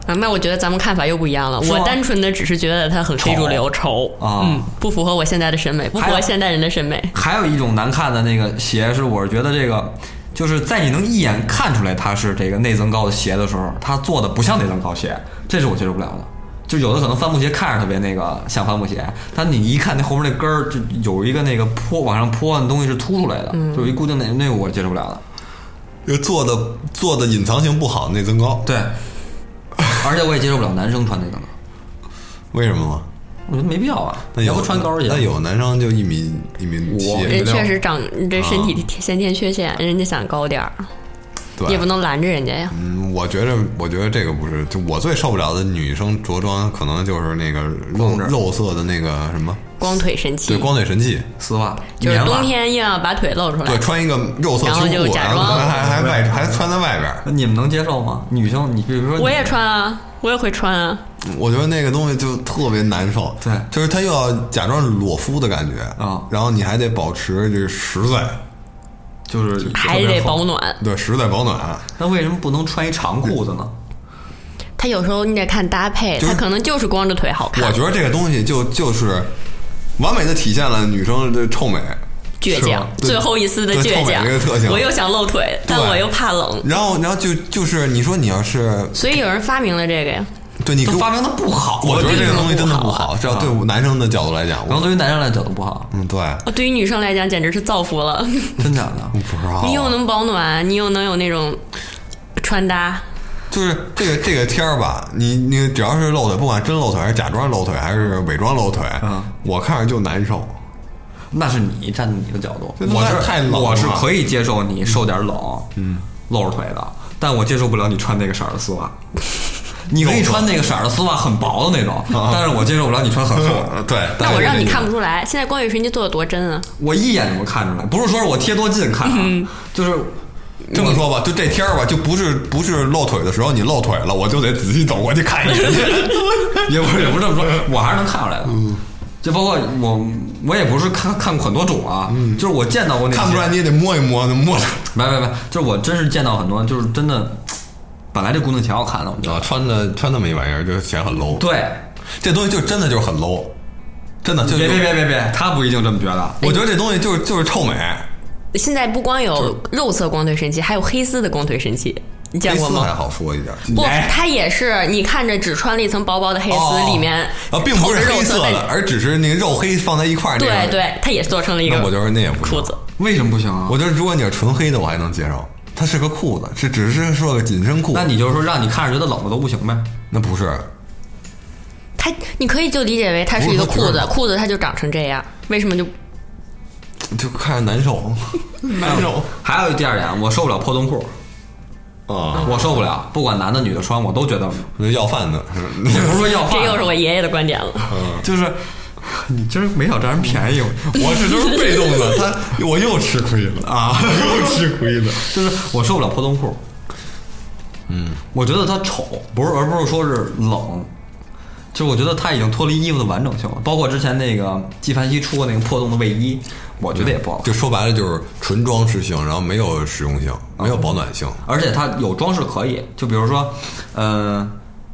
Speaker 6: 啊，那我觉得咱们看法又不一样了。
Speaker 5: 是吗
Speaker 6: 我单纯的只是觉得它很非主流，丑
Speaker 5: 啊
Speaker 6: 嗯，不符合我现在的审美，不符
Speaker 5: 还
Speaker 6: 合
Speaker 5: 有
Speaker 6: 现代人的审美。
Speaker 5: 还有一种难看的那个鞋是，我是觉得这个就是在你能一眼看出来它是这个内增高的鞋的时候，它做的不像内增高鞋，这是我接受不了的。就有的可能帆布鞋看着特别那个像帆布鞋，但你一看那后面那根儿，就有一个那个坡往上坡的东西是凸出来的，
Speaker 6: 嗯
Speaker 5: 就是一固定那那个我接受不了的。
Speaker 4: 就做的做的隐藏性不好，内增高，
Speaker 5: 对，而且我也接受不了男生穿那个的，
Speaker 4: 为什么吗？
Speaker 5: 我觉得没必要啊，
Speaker 4: 那
Speaker 5: 要
Speaker 4: 有
Speaker 5: 不穿高跟鞋。
Speaker 4: 那有男生就一米一米七
Speaker 5: 我，
Speaker 6: 人
Speaker 5: 料
Speaker 6: 确实长这身体先天缺陷，人家想高点儿，
Speaker 4: 对
Speaker 6: 也不能拦着人家呀。
Speaker 4: 嗯，我觉着，我觉得这个不是，就我最受不了的女生着装，可能就是那个肉肉色的那个什么，
Speaker 6: 光腿神器
Speaker 4: 对，，光腿神器，
Speaker 5: 丝袜，
Speaker 6: 就是
Speaker 5: 棉袜
Speaker 6: 冬。天硬要把腿露出来
Speaker 4: 对，。穿一个肉色
Speaker 6: 然后
Speaker 4: 秋
Speaker 6: 就
Speaker 4: 裤，
Speaker 6: 假
Speaker 4: 然后
Speaker 6: 装
Speaker 4: 还还还外还穿在外边儿，
Speaker 5: 那你们能接受吗？女生，你比如说你，
Speaker 6: 我也穿啊，我也会穿啊。
Speaker 4: 我觉得那个东西就特别难受，
Speaker 5: 对
Speaker 4: 就是他又要假装裸肤的感觉
Speaker 5: 啊
Speaker 4: 然后你还得保持这个实在，
Speaker 5: 就是特
Speaker 6: 还
Speaker 5: 别
Speaker 6: 得
Speaker 5: 厚
Speaker 6: 保暖。
Speaker 4: 对，实在保
Speaker 6: [LAUGHS]
Speaker 4: 暖，
Speaker 5: 那为什么不能穿一长裤子呢？
Speaker 6: 它有时候你得看搭配，
Speaker 4: 就是
Speaker 6: 它可能就是光着腿好看。
Speaker 4: 我觉得这个东西就就是完美的体现了女生的臭美，
Speaker 6: 倔
Speaker 4: 是
Speaker 6: 强
Speaker 4: 吧，对
Speaker 6: 最后一丝的
Speaker 4: 对
Speaker 6: 倔
Speaker 4: 臭美
Speaker 6: 强
Speaker 4: 这个特性，
Speaker 6: 我又想露腿，但
Speaker 4: 对
Speaker 6: 我又怕冷，
Speaker 4: 然后然后就就是你说你要是
Speaker 6: 所以有人发明了这个呀。
Speaker 4: 对你给
Speaker 5: 就
Speaker 4: 我
Speaker 5: 发明的不好，啊
Speaker 4: 我觉得这个东西真的不
Speaker 6: 不好
Speaker 4: 好，这啊要对我男生的角度来讲，
Speaker 5: 可能
Speaker 4: 我
Speaker 5: 对于男生来讲都不好，
Speaker 4: 嗯对，
Speaker 6: 哦对于女生来讲，简直是造福了。
Speaker 5: 真假的？
Speaker 4: [LAUGHS]
Speaker 5: 啊
Speaker 4: 不啊知道
Speaker 6: 你又能保暖，你又能有那种穿搭，
Speaker 4: 就是这个这个天儿吧，你你只要是露腿，不管真露腿还是假装露腿还是伪装露腿，
Speaker 5: 嗯
Speaker 4: 我看着就难受。
Speaker 5: 那是你站在你的角度，
Speaker 4: 这他
Speaker 5: 我
Speaker 4: 妈
Speaker 5: 是
Speaker 4: 太冷了
Speaker 5: 我是可以接受你受点冷，嗯，露着腿的，但我接受不了你穿那个色儿的丝
Speaker 4: [LAUGHS]
Speaker 5: 袜。你可以穿那个色儿的丝袜，很薄的那种，但是我接受不了你穿很厚。
Speaker 4: 啊 [LAUGHS] 对，
Speaker 6: 那
Speaker 4: 但
Speaker 6: 我
Speaker 4: 是
Speaker 6: 让你
Speaker 4: 这
Speaker 6: 看不出来。现在光羽神器做的多真啊！
Speaker 4: 嗯
Speaker 5: 我一眼就能看出来，不是说是我贴多近看啊，就是
Speaker 4: 这么说吧，就这天儿吧，就不是不是露腿的时候，你露腿了，我就得仔细走过去看一
Speaker 5: [LAUGHS]
Speaker 4: 眼去。
Speaker 5: 也不是也不是这么说，我还是能看出来的。
Speaker 4: 嗯
Speaker 5: 就包括我，我也不是看看过很多种啊，就是我见到过那些
Speaker 4: 嗯看不出来你也得摸一摸，摸着
Speaker 5: 没没没，就是我真是见到很多，就是真的，本来这姑娘挺好看的，我觉得。
Speaker 4: 啊，穿的穿那么一玩意儿就显很 low。，
Speaker 5: 对，
Speaker 4: 这东西就真的就是很 low，真的就
Speaker 5: 别别别别别，她不一定这么觉得。
Speaker 4: 我觉得这东西就是就是臭美，
Speaker 6: 现在不光有肉色光腿神器，还有黑丝的光腿神器，你见
Speaker 4: 黑
Speaker 6: 过
Speaker 4: 丝啊还
Speaker 6: 吗？
Speaker 4: 好说一点。
Speaker 6: 不
Speaker 5: 哎，
Speaker 6: 它也是你看着只穿了一层薄薄的黑
Speaker 4: 哦
Speaker 6: 丝，里面
Speaker 4: 啊，并不是
Speaker 6: 透着
Speaker 4: 黑
Speaker 6: 肉
Speaker 4: 色
Speaker 6: 色，但
Speaker 4: 的，而只是那个肉黑放在一块儿那
Speaker 6: 对
Speaker 4: 样。，
Speaker 6: 对，它也做成了一
Speaker 4: 那我觉
Speaker 6: 个
Speaker 4: 得那也不行
Speaker 6: 裤子。。
Speaker 5: 为什么不行啊？
Speaker 4: 我觉得如果你是纯黑的，我还能接受。它是个裤子，是只是说个紧身裤。
Speaker 5: 那你就是说让你看着觉得冷的都不行呗？
Speaker 4: 那不是
Speaker 6: 它你可以就理解为它是一个
Speaker 4: 不是
Speaker 6: 裤
Speaker 4: 它不
Speaker 6: 子
Speaker 4: 是，
Speaker 6: 裤子它就长成这样，为什么就
Speaker 4: 哦就看着难
Speaker 5: [LAUGHS]
Speaker 4: 受，难受
Speaker 5: 还有第二点，我受不了破洞裤，
Speaker 4: [LAUGHS] 啊！
Speaker 5: 我受不了，不管男的女的穿，我都觉得
Speaker 4: 那要饭的，
Speaker 5: 也不是说要
Speaker 4: 啊
Speaker 6: 这又是
Speaker 5: 饭，
Speaker 6: 我爷爷的观点
Speaker 4: 哦
Speaker 6: 了？
Speaker 5: 就是你 [LAUGHS] 今儿没少占人便宜，我
Speaker 4: [LAUGHS] 我这都是被动的，他我又吃亏了啊， [LAUGHS] 又吃亏了。
Speaker 5: 就是我受不了破洞裤。嗯，我觉得它丑，不是而不是说是冷，就是我觉得它已经脱离衣服的完整性了。包括之前那个纪梵希出过那个破洞的卫衣，我觉得也不好看。
Speaker 4: 就说白了就是纯装饰性，然后没有实用性，没有保暖性。
Speaker 5: 而且它有装饰可以，就比如说，呃，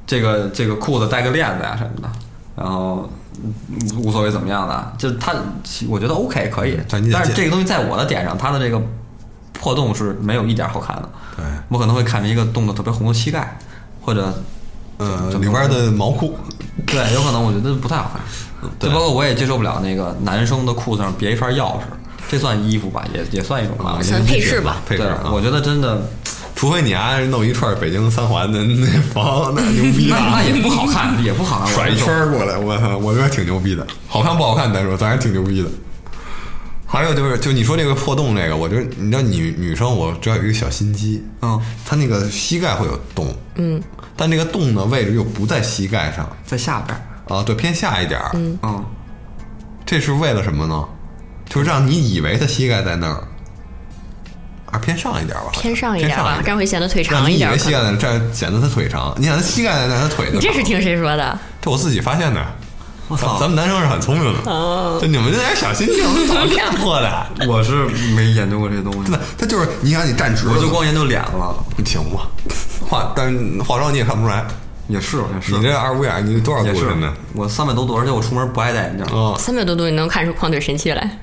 Speaker 5: 这个这个裤子带个链子呀、什么的，然后嗯无所谓怎么样的，就是它，我觉得 OK 可以
Speaker 4: 但你，得
Speaker 5: 但是
Speaker 4: 见
Speaker 5: 这个东西在我的点上，它的这个破洞是没有一点好看的。
Speaker 4: 对
Speaker 5: 我可能会看着一个洞的特别红的膝盖，或者
Speaker 4: 呃，里边的毛裤，
Speaker 5: 对，有可能我觉得不太好看。
Speaker 4: [LAUGHS]
Speaker 5: 对，包括我也接受不了那个男生的裤子上别一块钥匙，这算衣服吧，也也算一种吧。
Speaker 6: 算配饰吧
Speaker 4: 啊配饰
Speaker 5: 啊对
Speaker 4: 啊，。
Speaker 5: 我觉得真的。
Speaker 4: 除非你啊弄一串北京三环的那房，那牛逼
Speaker 5: 那
Speaker 4: 啊
Speaker 5: 那！也不好看，也不好看。我
Speaker 4: 甩一
Speaker 5: 接受
Speaker 4: 圈儿过来，我操，我觉得挺牛逼的，好看不好看再说，咱还挺牛逼的。还有就是，就你说这个破洞这个，我觉得你知道女女生，我知道有一个小心机，
Speaker 5: 嗯，
Speaker 4: 她那个膝盖会有洞，嗯，但这个洞的位置又不在膝盖上
Speaker 5: 在下边儿。
Speaker 4: 啊，对，偏下一点儿，嗯，
Speaker 5: 嗯，
Speaker 4: 这是为了什么呢？就是让你以为她膝盖在那儿，而偏上一点儿吧，好像
Speaker 6: 偏上一点吧，这样会显得腿
Speaker 4: 让
Speaker 6: 长
Speaker 4: 你
Speaker 6: 一
Speaker 4: 以
Speaker 6: 点
Speaker 4: 为
Speaker 6: 儿可
Speaker 4: 膝
Speaker 6: 能。
Speaker 4: 盖在那儿，这样显得她腿长，你想她膝盖在那儿，她腿
Speaker 6: 你
Speaker 4: 呢
Speaker 6: 这是听谁说的？
Speaker 4: 这我自己发现的。[LAUGHS]
Speaker 5: 我
Speaker 4: 咱
Speaker 5: 操
Speaker 4: 咱们男生是很聪明的，
Speaker 6: 哦
Speaker 4: 就你们这点小心机，我们早就看破的。
Speaker 6: [LAUGHS]
Speaker 5: 我是没研究过这东西
Speaker 4: 真的，他就是你想你站直了，
Speaker 5: 我就光研究脸了。
Speaker 4: 行 [LAUGHS] 吧。化，但是化妆你也看不出来，
Speaker 5: 也是，也是，
Speaker 4: 你这二五眼，你多少度
Speaker 5: 也是
Speaker 4: 真的？嗯
Speaker 5: 我三百多度，而且我出门不爱戴眼镜。
Speaker 4: 啊，
Speaker 6: 三百多度你能看出光腿神器来？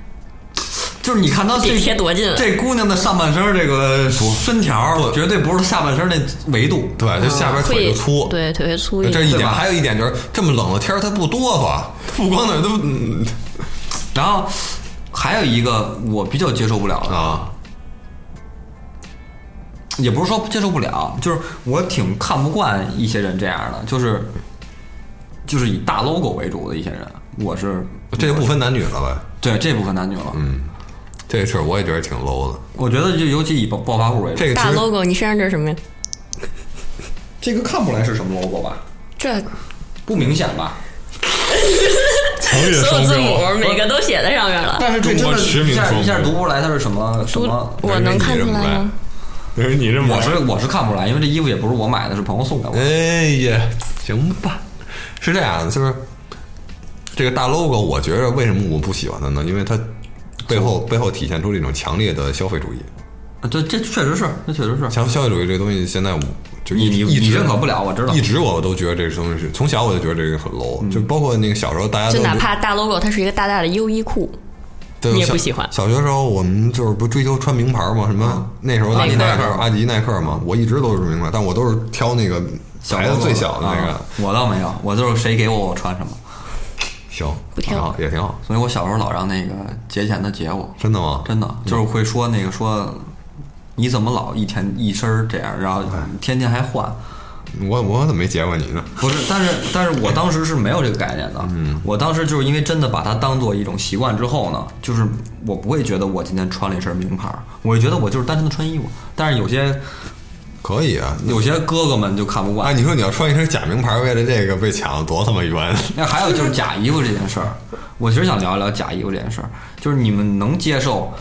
Speaker 5: 就是你看她这
Speaker 6: 得贴多近啊
Speaker 5: 这姑娘的上半身这个身条，绝对不是下半身那维度。嗯
Speaker 4: 对，就下边腿
Speaker 6: 会
Speaker 4: 就粗。
Speaker 6: 对，腿会粗一
Speaker 4: 这是
Speaker 6: 点。
Speaker 4: 一
Speaker 5: 对
Speaker 4: 点。
Speaker 5: 吧
Speaker 4: 还有一点就是，这么冷的天儿，它不哆嗦，不光那都嗯
Speaker 5: 然后还有一个我比较接受不了的，
Speaker 4: 啊，
Speaker 5: 也不是说接受不了，就是我挺看不惯一些人这样的，就是就是以大 logo 为主的一些人，我是
Speaker 4: 这就不分男女了呗。
Speaker 5: 对这部分男女了。嗯，
Speaker 4: 这事儿我也觉得挺 low 的。
Speaker 5: 我觉得就尤其以暴暴发户为主。
Speaker 4: 这个其
Speaker 6: 大
Speaker 4: 实
Speaker 6: logo，你身上这是什么呀？
Speaker 5: 这个看不出来是什么 logo 吧？
Speaker 6: 这
Speaker 5: 不明显吧？
Speaker 4: 强烈
Speaker 6: 所有
Speaker 4: 双
Speaker 6: 字
Speaker 4: 标。
Speaker 6: 母每个都写在上面了，
Speaker 5: 但是这
Speaker 4: 中
Speaker 5: 真
Speaker 4: 国
Speaker 5: 的
Speaker 4: 驰
Speaker 5: 一
Speaker 4: 名
Speaker 5: 下
Speaker 4: 风
Speaker 5: 一下
Speaker 4: 格
Speaker 5: 读不出来它是什么什么。
Speaker 6: 我能看出来吗？
Speaker 4: 啊但是你这么
Speaker 5: 我是我是看不出来，因为这衣服也不是我买的，是朋友送给我。
Speaker 4: 哎呀，行吧，是这样的，就是这个大 logo，我觉着为什么我不喜欢它呢？因为它背后背后体现出这种强烈的消费主义，
Speaker 5: 啊这这确实是，这确实是。
Speaker 4: 强消费主义这东西现在我就
Speaker 5: 你
Speaker 4: 一
Speaker 5: 你
Speaker 4: 一
Speaker 5: 你
Speaker 4: 直
Speaker 5: 认可不了，我知道
Speaker 4: 一。直我都觉得这东西是从小我就觉得这个很 low，、就包括那个小时候大家都
Speaker 6: 就哪怕大 logo 它是一个大大的优衣库，
Speaker 4: 对
Speaker 6: 你也不
Speaker 4: 小
Speaker 6: 喜欢
Speaker 4: 小学时候我们就是不追求穿名牌嘛，什么那时候阿迪耐
Speaker 6: 耐
Speaker 4: 克
Speaker 6: 克、
Speaker 4: 阿迪耐克嘛，我一直都是名牌，但我都是挑那个牌子
Speaker 5: logo
Speaker 4: 最小的那个
Speaker 5: 啊，我倒没有，我就是谁给我我穿什么。
Speaker 4: 行，
Speaker 6: 不
Speaker 4: 挺
Speaker 6: 挑
Speaker 4: 好，也挺好，
Speaker 5: 所以我小时候老让那个节俭的姐我，
Speaker 4: 真的吗？
Speaker 5: 真的就是会说那个说，你怎么老一天一身儿这样，然后天天还换。
Speaker 4: 我我怎么没结过你呢？
Speaker 5: 不是，但是但是我当时是没有这个概念的。嗯，我当时就是因为真的把它当做一种习惯之后呢，就是我不会觉得我今天穿了一身名牌儿，我会觉得我就是单纯的穿衣服。但是有些
Speaker 4: 可以啊，
Speaker 5: 有些哥哥们就看不
Speaker 4: 啊，
Speaker 5: 惯。
Speaker 4: 你说你要穿一身假名牌，为了这个被抢，多他妈冤！啊
Speaker 5: 那还有就是假衣服这件事儿，我其实想聊一聊假衣服这件事儿，就是你们能接受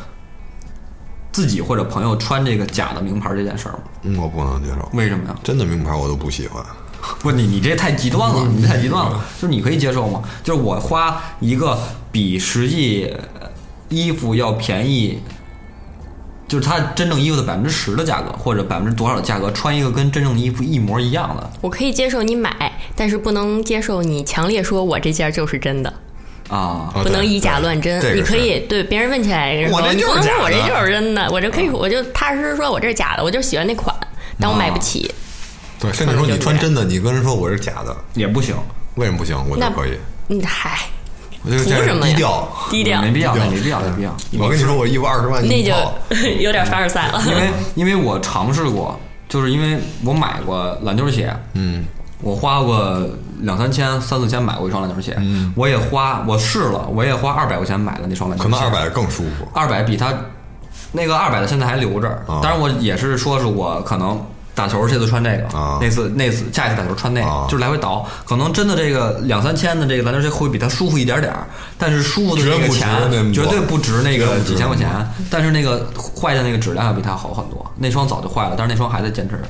Speaker 5: 自己或者朋友穿这个假的名牌这件事儿吗？
Speaker 4: 嗯我不能接受，
Speaker 5: 为什么呀？
Speaker 4: 真的名牌我都不喜欢。啊
Speaker 5: 不，你你这太极端了，
Speaker 4: 嗯
Speaker 5: 你这太极端了。就是你可以接受吗？就是我花一个比实际呃衣服要便宜，就是它真正衣服的百分之十的价格，或者百分之多少的价格，穿一个跟真正的衣服一模一样的
Speaker 6: 我可以接受你买，但是不能接受你强烈说我这件就是真的，
Speaker 5: 啊。
Speaker 4: 啊
Speaker 6: 不能
Speaker 4: 对
Speaker 6: 以假乱真。
Speaker 4: 这个
Speaker 6: 你可
Speaker 4: 是
Speaker 6: 以对别人问起来，
Speaker 4: 我这
Speaker 6: 你
Speaker 4: 就
Speaker 6: 不
Speaker 4: 是
Speaker 6: 能
Speaker 4: 假的
Speaker 6: 说我这就是真的，我就可以，我就踏实实说我这是假的，我就喜欢那款，但我买不起。
Speaker 4: 对，甚至说你穿真的，你跟人说我是假的，
Speaker 5: 也不行，
Speaker 4: 为什么不行？我就
Speaker 6: 那
Speaker 4: 可以，
Speaker 6: 嗯，嗨，
Speaker 4: 我就
Speaker 6: 图
Speaker 4: 这
Speaker 6: 什
Speaker 4: 样
Speaker 6: 么呀？
Speaker 4: 低调。
Speaker 6: 低调
Speaker 5: 嗯没必要，没必要，没必要。
Speaker 4: 嗯我跟你说，我衣服二十万
Speaker 6: 那
Speaker 4: 一
Speaker 6: 就
Speaker 4: 套，
Speaker 6: [LAUGHS] 有点凡尔赛了。
Speaker 5: 因为因为我尝试过，就是因为我买过篮球鞋，
Speaker 4: 嗯，
Speaker 5: 我花过两三千、三四千买过一双篮球鞋，嗯，我也花，我试了，我也花二百块钱买了那双篮球
Speaker 4: 可
Speaker 5: 鞋，
Speaker 4: 能二百更舒服。
Speaker 5: 二百比它那个二百的现在还留着
Speaker 4: 啊，
Speaker 5: 当然我也是说是我可能打球这次穿这个，
Speaker 4: 啊
Speaker 5: 那次那次下一次打球穿那个，
Speaker 4: 啊
Speaker 5: 就是来回倒，可能真的这个两三千的这个篮球鞋会比它舒服一点点儿，但是舒服的
Speaker 4: 绝
Speaker 5: 那个
Speaker 4: 不值
Speaker 5: 钱
Speaker 4: 那么多
Speaker 5: 绝对不值那
Speaker 4: 绝
Speaker 5: 个
Speaker 4: 不值
Speaker 5: 几千块钱
Speaker 4: 那么，
Speaker 5: 但是那个坏的那个质量要比它好很多，那双早就坏了，但是那双还在坚持。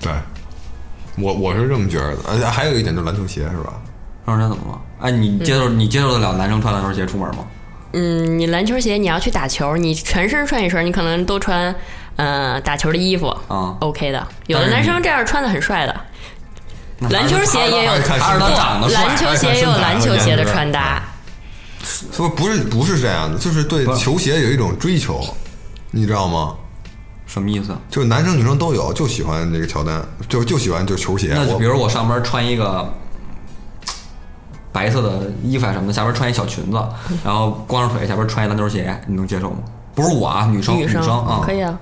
Speaker 4: 对，我我是这么觉得的。而且还有一点就是篮球鞋是吧？
Speaker 5: 双穿怎么了？哎，你接受、你接受得了男生穿篮球鞋出门吗？
Speaker 6: 嗯，你篮球鞋你要去打球，你全身穿一身，你可能都穿呃打球的衣服
Speaker 5: 啊
Speaker 6: o k 的。有
Speaker 5: 但
Speaker 6: 的
Speaker 5: 是
Speaker 6: 男
Speaker 5: 你
Speaker 6: 生这样穿的很帅的，
Speaker 5: 那
Speaker 6: 篮球鞋也有
Speaker 4: 还是看
Speaker 5: 还是他长得
Speaker 6: 不，
Speaker 5: 帅，
Speaker 6: 篮球鞋也有篮球鞋的穿搭。
Speaker 4: 不不是不是这样的，就是对球鞋有一种追求，你知道吗？
Speaker 5: 什么意思？
Speaker 4: 就是男生女生都有，就喜欢这个乔丹，就就喜欢就是球鞋。
Speaker 6: 啊
Speaker 5: 那就
Speaker 4: 我
Speaker 5: 比如我上班穿一个白色的衣服啊什么的，下边穿一小裙子，
Speaker 6: 嗯
Speaker 5: 然后光着腿，下边穿一篮球鞋，你能接受吗？不是我啊，女生，
Speaker 6: 女
Speaker 5: 女生啊，
Speaker 6: 可以啊，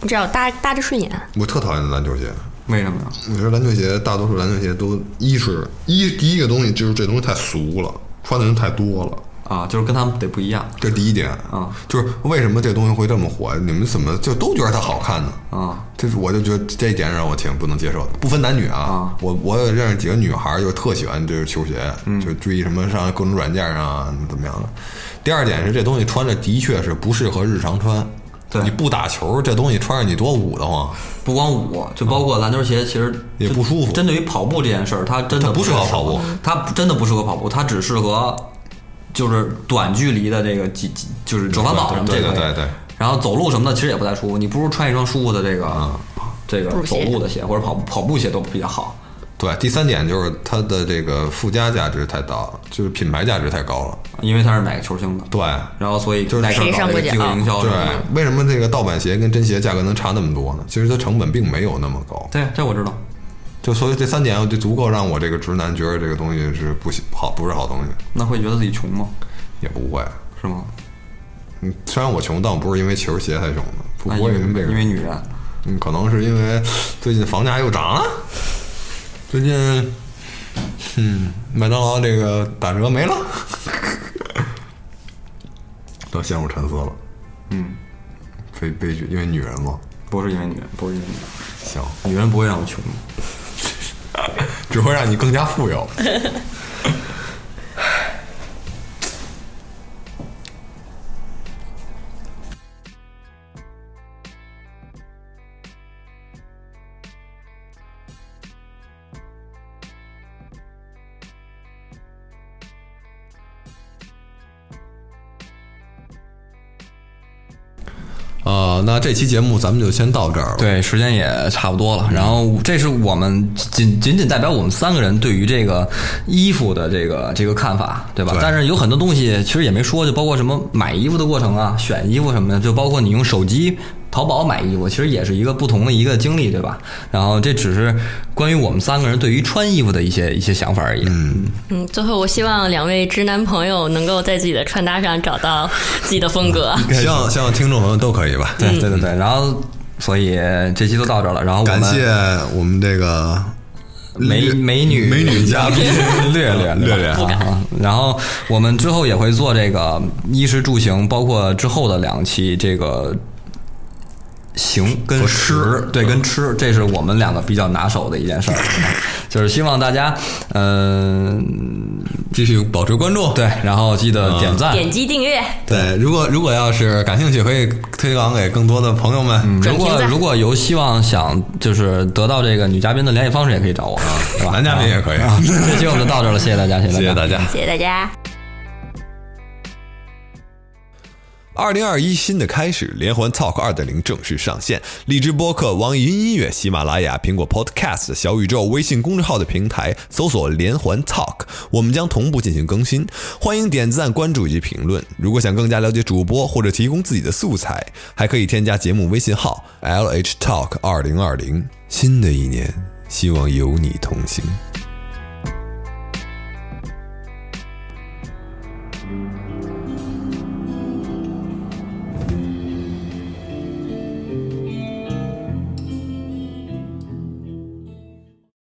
Speaker 6: 你只要搭搭着顺眼，
Speaker 4: 我特讨厌篮球鞋，
Speaker 5: 为什么呀？
Speaker 4: 我觉得篮球鞋大多数篮球鞋都一是一第一个东西就是这东西太俗了，穿的人太多了。
Speaker 5: 啊，就是跟他们得不一样
Speaker 4: 这是第一点
Speaker 5: 啊，
Speaker 4: 就是为什么这东西会这么火？你们怎么就都觉得它好看呢？
Speaker 5: 啊
Speaker 4: 这是我就觉得这一点让我挺不能接受的，不分男女啊
Speaker 5: 啊。
Speaker 4: 我我也认识几个女孩儿，就特喜欢就是球鞋，
Speaker 5: 嗯
Speaker 4: 就追什么上各种软件啊，怎么样的。第二点是这东西穿着的确是不适合日常穿，
Speaker 5: 对
Speaker 4: 你不打球这东西穿上你多捂得慌，
Speaker 5: 不光舞，就包括篮球鞋，其实
Speaker 4: 也
Speaker 5: 就
Speaker 4: 不舒服
Speaker 5: 针对于跑步这件事儿，它真的
Speaker 4: 它不适合
Speaker 5: 太
Speaker 4: 跑步，
Speaker 5: 它不真的不适合跑步，它只适合就是短距离的这个几几就是折返跑什么的
Speaker 4: 对
Speaker 5: 这个
Speaker 4: 对
Speaker 5: 可以。
Speaker 4: 对对
Speaker 5: 然后走路什么的其实也不太舒服，你不如穿一双舒服的这
Speaker 4: 啊
Speaker 5: 个这个
Speaker 6: 步
Speaker 5: 走
Speaker 6: 鞋
Speaker 5: 路的鞋或者跑步跑步鞋都比较好。
Speaker 4: 对。第三点就是它的这个附加价值太大，就是品牌价值太高了。
Speaker 5: 因为他是哪个球星的，
Speaker 4: 对，
Speaker 5: 然后所以耐克
Speaker 6: 谁
Speaker 5: 搞了
Speaker 6: 上
Speaker 5: 一个
Speaker 6: 不
Speaker 5: 机
Speaker 6: 了
Speaker 5: 会营销，
Speaker 4: 对，为什么这个盗版鞋跟真鞋价格能差那么多呢？其实它成本并没有那么高。
Speaker 5: 对，这我知道。
Speaker 4: 就所以这三点我就足够让我这个直男觉得这个东西是不喜好，不是好东西，
Speaker 5: 那会觉得自己穷吗？
Speaker 4: 也不会。
Speaker 5: 是吗？
Speaker 4: 嗯，虽然我穷，但我不是因为球鞋才穷的，不
Speaker 5: 那
Speaker 4: 不会
Speaker 5: 因为
Speaker 4: 因为这个，
Speaker 5: 因为女人，
Speaker 4: 嗯，可能是因为最近房价又涨了，最近，嗯，麦当劳这个打折没了， [LAUGHS] 都陷入沉思了，
Speaker 5: 嗯，
Speaker 4: 悲悲剧，因为女人嘛，
Speaker 5: 不是因为女人，不是因为女人，
Speaker 4: 行，
Speaker 5: 女人不会让我穷的。
Speaker 4: 只会让你更加富有。呃，那这期节目咱们就先到这儿了。
Speaker 5: 对，时间也差不多了。然后这是我们仅仅仅代表我们三个人对于这个衣服的这个这个看法，对吧？
Speaker 4: 对
Speaker 5: 但是有很多东西其实也没说，就包括什么买衣服的过程啊，选衣服什么的，就包括你用手机。淘宝买衣服其实也是一个不同的一个经历，对吧？然后这只是关于我们三个人对于穿衣服的一些一些想法而已。嗯，
Speaker 6: 嗯，最后我希望两位直男朋友能够在自己的穿搭上找到自己的风格。
Speaker 4: 希望希望听众朋友都可以吧。
Speaker 5: 对对对嗯对。然后，所以这期就到这儿了。然后我们
Speaker 4: 感谢我们这个
Speaker 5: 美美女
Speaker 4: 美
Speaker 5: [LAUGHS]
Speaker 4: 女嘉宾
Speaker 5: 略略
Speaker 4: 略略
Speaker 5: 啊啊然后我们之后也会做这个衣食住行，包括之后的两期这个。行跟
Speaker 4: 和
Speaker 5: 食
Speaker 4: 吃，嗯
Speaker 5: 对，跟吃，这是我们两个比较拿手的一件事儿， [LAUGHS] 就是希望大家，嗯、
Speaker 4: 继续保持关注。嗯
Speaker 5: 对，然后记得点赞，
Speaker 6: 点击订阅，
Speaker 4: [LAUGHS] 对，如果如果要是感兴趣，可以推广给更多的朋友们。
Speaker 5: 如
Speaker 6: 转评
Speaker 5: 果
Speaker 6: 赞
Speaker 5: 如果有希望想就是得到这个女嘉宾的联系方式，也可以找我，对吧？
Speaker 4: 男嘉宾也可以
Speaker 5: 啊，这期我们就到这儿了，谢谢大家，谢
Speaker 4: 谢
Speaker 5: 谢
Speaker 4: 谢
Speaker 5: 大家
Speaker 4: 大。家。
Speaker 6: 谢谢大家。
Speaker 4: 二零二一新的开始，连环 Talk 二点零正式上线。荔枝播客、网易云音乐、喜马拉雅、苹果 Podcast、小宇宙、微信公众号的平台搜索“连环 Talk”，我们将同步进行更新。欢迎点赞、关注以及评论。如果想更加了解主播或者提供自己的素材，还可以添加节目微信号 “LH Talk 二零二零”。新的一年，希望有你同行。